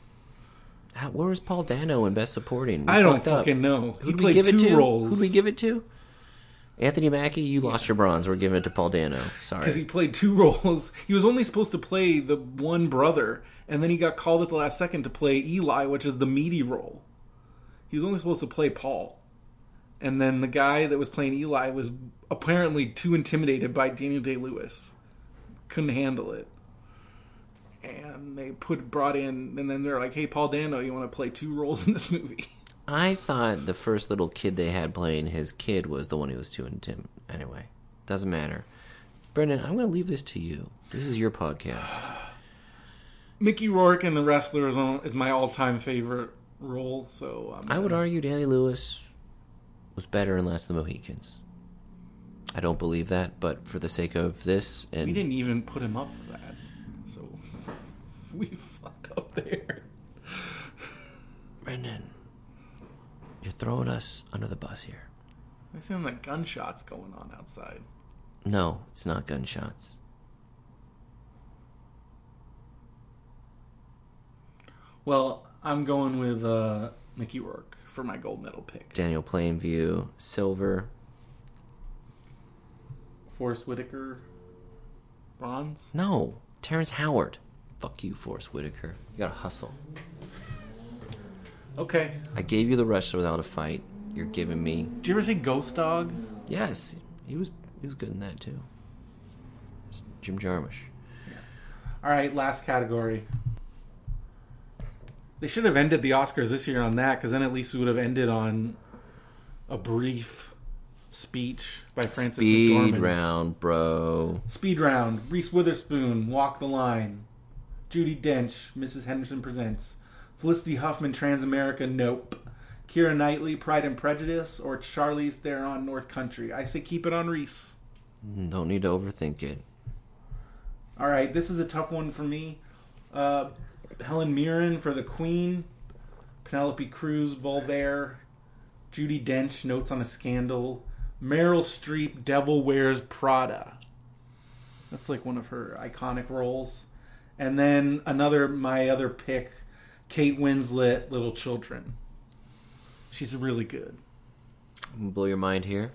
S1: How, where was Paul Dano in Best Supporting? We
S2: I don't
S1: fucked up.
S2: fucking know.
S1: Who'd
S2: he
S1: we
S2: played
S1: give
S2: two
S1: it to?
S2: roles.
S1: Who'd we give it to? Anthony Mackie, you lost your bronze. We're giving it to Paul Dano. Sorry.
S2: because he played two roles. He was only supposed to play the one brother, and then he got called at the last second to play Eli, which is the meaty role. He was only supposed to play Paul, and then the guy that was playing Eli was apparently too intimidated by Daniel Day Lewis, couldn't handle it, and they put brought in, and then they're like, "Hey, Paul Dano, you want to play two roles in this movie?"
S1: I thought the first little kid they had playing his kid was the one who was too intim. Anyway, doesn't matter. Brendan, I'm going to leave this to you. This is your podcast.
S2: Mickey Rourke and the Wrestler is, on, is my all-time favorite role, so um, I'm
S1: I would argue Danny Lewis was better in Last of the Mohicans. I don't believe that, but for the sake of this, and
S2: We didn't even put him up for that. So we fucked up there.
S1: Brendan, you're throwing us under the bus here.
S2: I sound like gunshots going on outside.
S1: No, it's not gunshots.
S2: Well, I'm going with uh, Mickey Rourke for my gold medal pick.
S1: Daniel Plainview, silver,
S2: Forrest Whitaker, bronze.
S1: No, Terrence Howard. Fuck you, Forrest Whitaker. You gotta hustle.
S2: Okay.
S1: I gave you the wrestler without a fight. You're giving me
S2: Did you ever see Ghost Dog?
S1: yes. He was he was good in that too. It's Jim Jarmusch.
S2: All right, last category. They should have ended the Oscars this year on that, because then at least we would have ended on a brief speech by Francis
S1: Speed
S2: McDormand.
S1: round, bro.
S2: Speed Round, Reese Witherspoon, Walk the Line, Judy Dench, Mrs. Henderson Presents, Felicity Huffman, Transamerica, Nope, Kira Knightley, Pride and Prejudice, or Charlie's Theron, North Country. I say keep it on Reese.
S1: Don't need to overthink it.
S2: All right, this is a tough one for me. Uh, Helen Mirren for The Queen, Penelope Cruz, Voltaire, Judy Dench, Notes on a Scandal, Meryl Streep, Devil Wears Prada. That's like one of her iconic roles. And then another, my other pick, Kate Winslet, Little Children. She's really good.
S1: I'm gonna blow your mind here.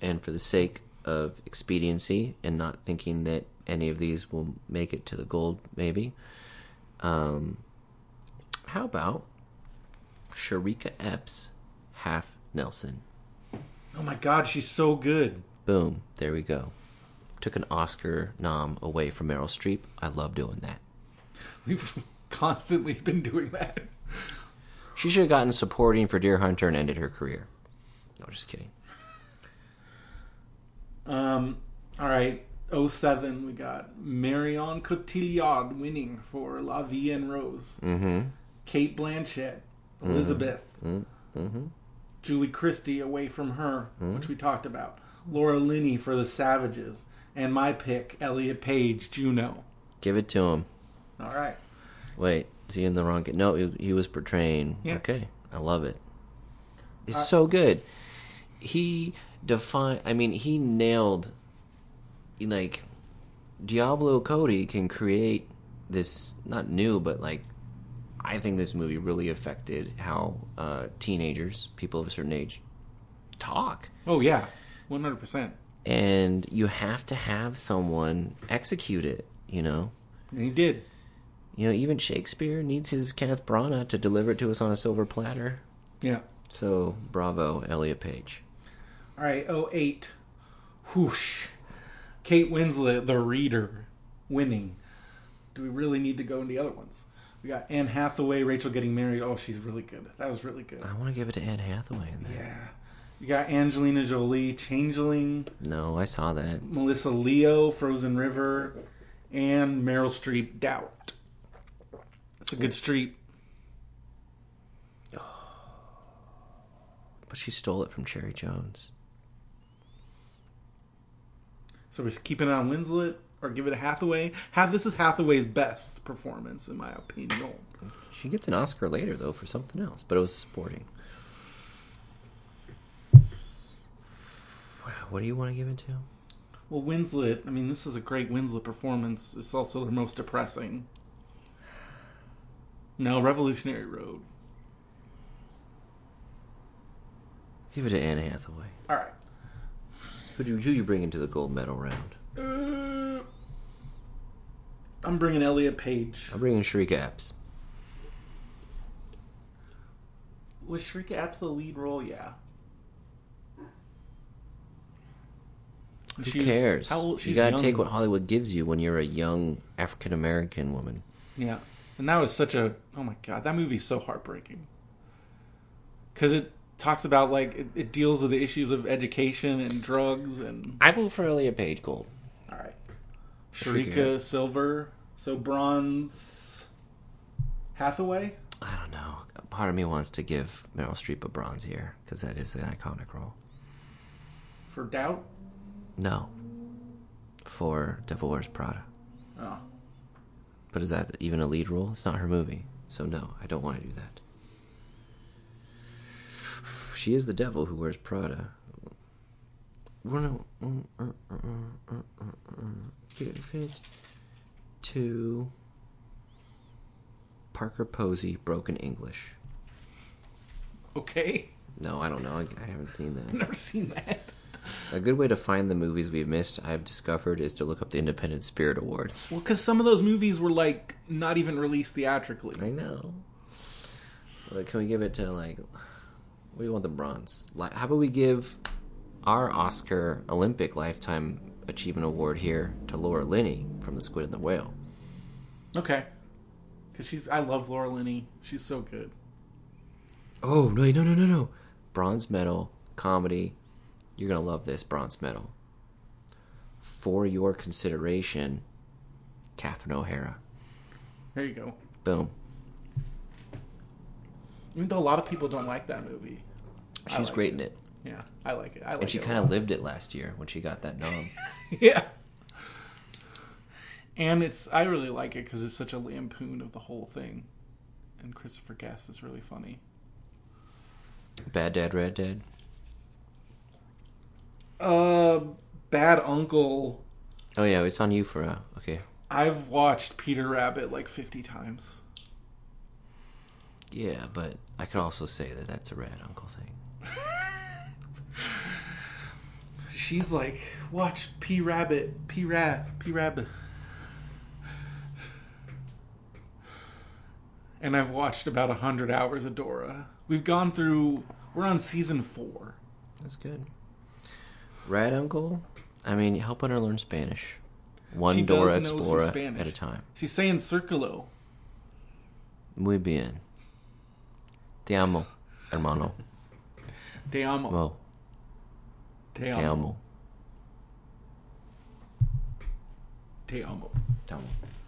S1: And for the sake of expediency and not thinking that any of these will make it to the gold, maybe, um, how about Sharika Epps, half Nelson?
S2: Oh my God, she's so good.
S1: Boom, there we go. Took an Oscar nom away from Meryl Streep. I love doing that.
S2: We've constantly been doing that.
S1: She should have gotten supporting for Deer Hunter and ended her career. No, just kidding.
S2: Um, all right, 07, we got Marion Cotillard winning for La Vie en Rose. Mm-hmm. Kate Blanchett, Elizabeth. Mm-hmm. Julie Christie away from her, which we talked about. Laura Linney for The Savages. And my pick, Elliot Page, Juno.
S1: Give it to him.
S2: All right.
S1: Wait, is he in the wrong? ca- No, he, he was portraying.
S2: Yeah.
S1: Okay, I love it. It's so good. He defined. I mean, he nailed. Like, Diablo Cody can create this not new, but like, I think this movie really affected how uh, teenagers, people of a certain age, talk
S2: Oh, yeah, 100%.
S1: and you have to have someone execute it you know
S2: And he did.
S1: you know even shakespeare needs his kenneth branagh to deliver it to us on a silver platter
S2: Yeah.
S1: so bravo elliot page
S2: All right, 08. Whoosh. Kate Winslet, The Reader, winning. Do we really need to go into the other ones? We got Anne Hathaway, Rachel getting married. Oh, she's really good. That was really good.
S1: i want to give it to anne hathaway in there.
S2: Yeah. You got Angelina Jolie, Changeling,
S1: no i saw that
S2: Melissa Leo, Frozen River, and Meryl Streep, Doubt. That's a good street.
S1: but she stole it from cherry jones
S2: So we're just keeping it on Winslet or give it a Hathaway. Ha- this is Hathaway's best performance, in my opinion.
S1: she gets an oscar later though for something else but it was supporting Wow, what do you want to give it to
S2: Well, Winslet, I mean, this is a great Winslet performance. It's also the most depressing. No, Revolutionary Road.
S1: give it to anne hathaway
S2: All right.
S1: who do who you bring into the gold medal round
S2: Uh, I'm bringing Elliot Page.
S1: i'm bringing sharika epps
S2: Was Shrika Epps the lead role? Yeah.
S1: Who
S2: She was-
S1: cares?
S2: how old-
S1: you
S2: she's
S1: gotta
S2: young.
S1: take what Hollywood gives you when you're a young African American woman.
S2: Yeah, and that was such a oh my god, that movie's so heartbreaking because it talks about like it, it deals with the issues of education and drugs and
S1: I vote for Elliot Page Gold.
S2: all right,
S1: Shrika.
S2: Shrika Silver, so bronze, Hathaway.
S1: I don't know. Part of me wants to give Meryl Streep a bronze here because that is an iconic role.
S2: For doubt,
S1: No, for Devil Wears Prada.
S2: oh,
S1: But is that even a lead role? It's not her movie, so no, I don't want to do that. She is the devil who wears Prada. We're not- mm, mm, mm, mm, mm, mm, mm. Give it to Parker Posey, Broken English.
S2: okay,
S1: No, I don't know. I, I haven't seen that.
S2: never seen that.
S1: A good way to find the movies we've missed, I've discovered, is to look up the Independent Spirit Awards.
S2: Well, because some of those movies were like not even released theatrically.
S1: I know. Like, can we give it to like? What do you want the bronze? Like, how about we give our Oscar Olympic Lifetime Achievement Award here to Laura Linney from The Squid and the Whale?
S2: Okay, because she's I love Laura Linney. She's so good.
S1: Oh no no no no no! Bronze medal comedy. You're gonna love this bronze medal. For your consideration, Catherine O'Hara.
S2: There you go.
S1: Boom.
S2: Even though a lot of people don't like that movie. I
S1: She's
S2: like
S1: great
S2: it.
S1: in it,
S2: Yeah, I like it. I like
S1: and she
S2: it.
S1: kind of lived it last year when she got that nom.
S2: yeah. and it's I really like it because it's such a lampoon of the whole thing, and Christopher Guest is really funny.
S1: Bad Dad, Red Dad.
S2: Uh, Bad Uncle.
S1: Oh yeah, it's on you for a okay.
S2: I've watched Peter Rabbit like fifty times.
S1: Yeah, but I could also say that that's a Rad Uncle thing.
S2: She's like, watch P Rabbit, P Rat, P Rabbit. And I've watched about a hundred hours of Dora. We've gone through. We're on season four.
S1: That's good. Rad Uncle. I mean, helping her learn Spanish, one
S2: She does
S1: Dora
S2: know some
S1: Explorer
S2: Spanish.
S1: at a time.
S2: She's saying "circulo."
S1: Muy bien. Te amo, hermano.
S2: Te amo.
S1: Well,
S2: te
S1: te
S2: amo.
S1: amo.
S2: Te amo.
S1: Te amo.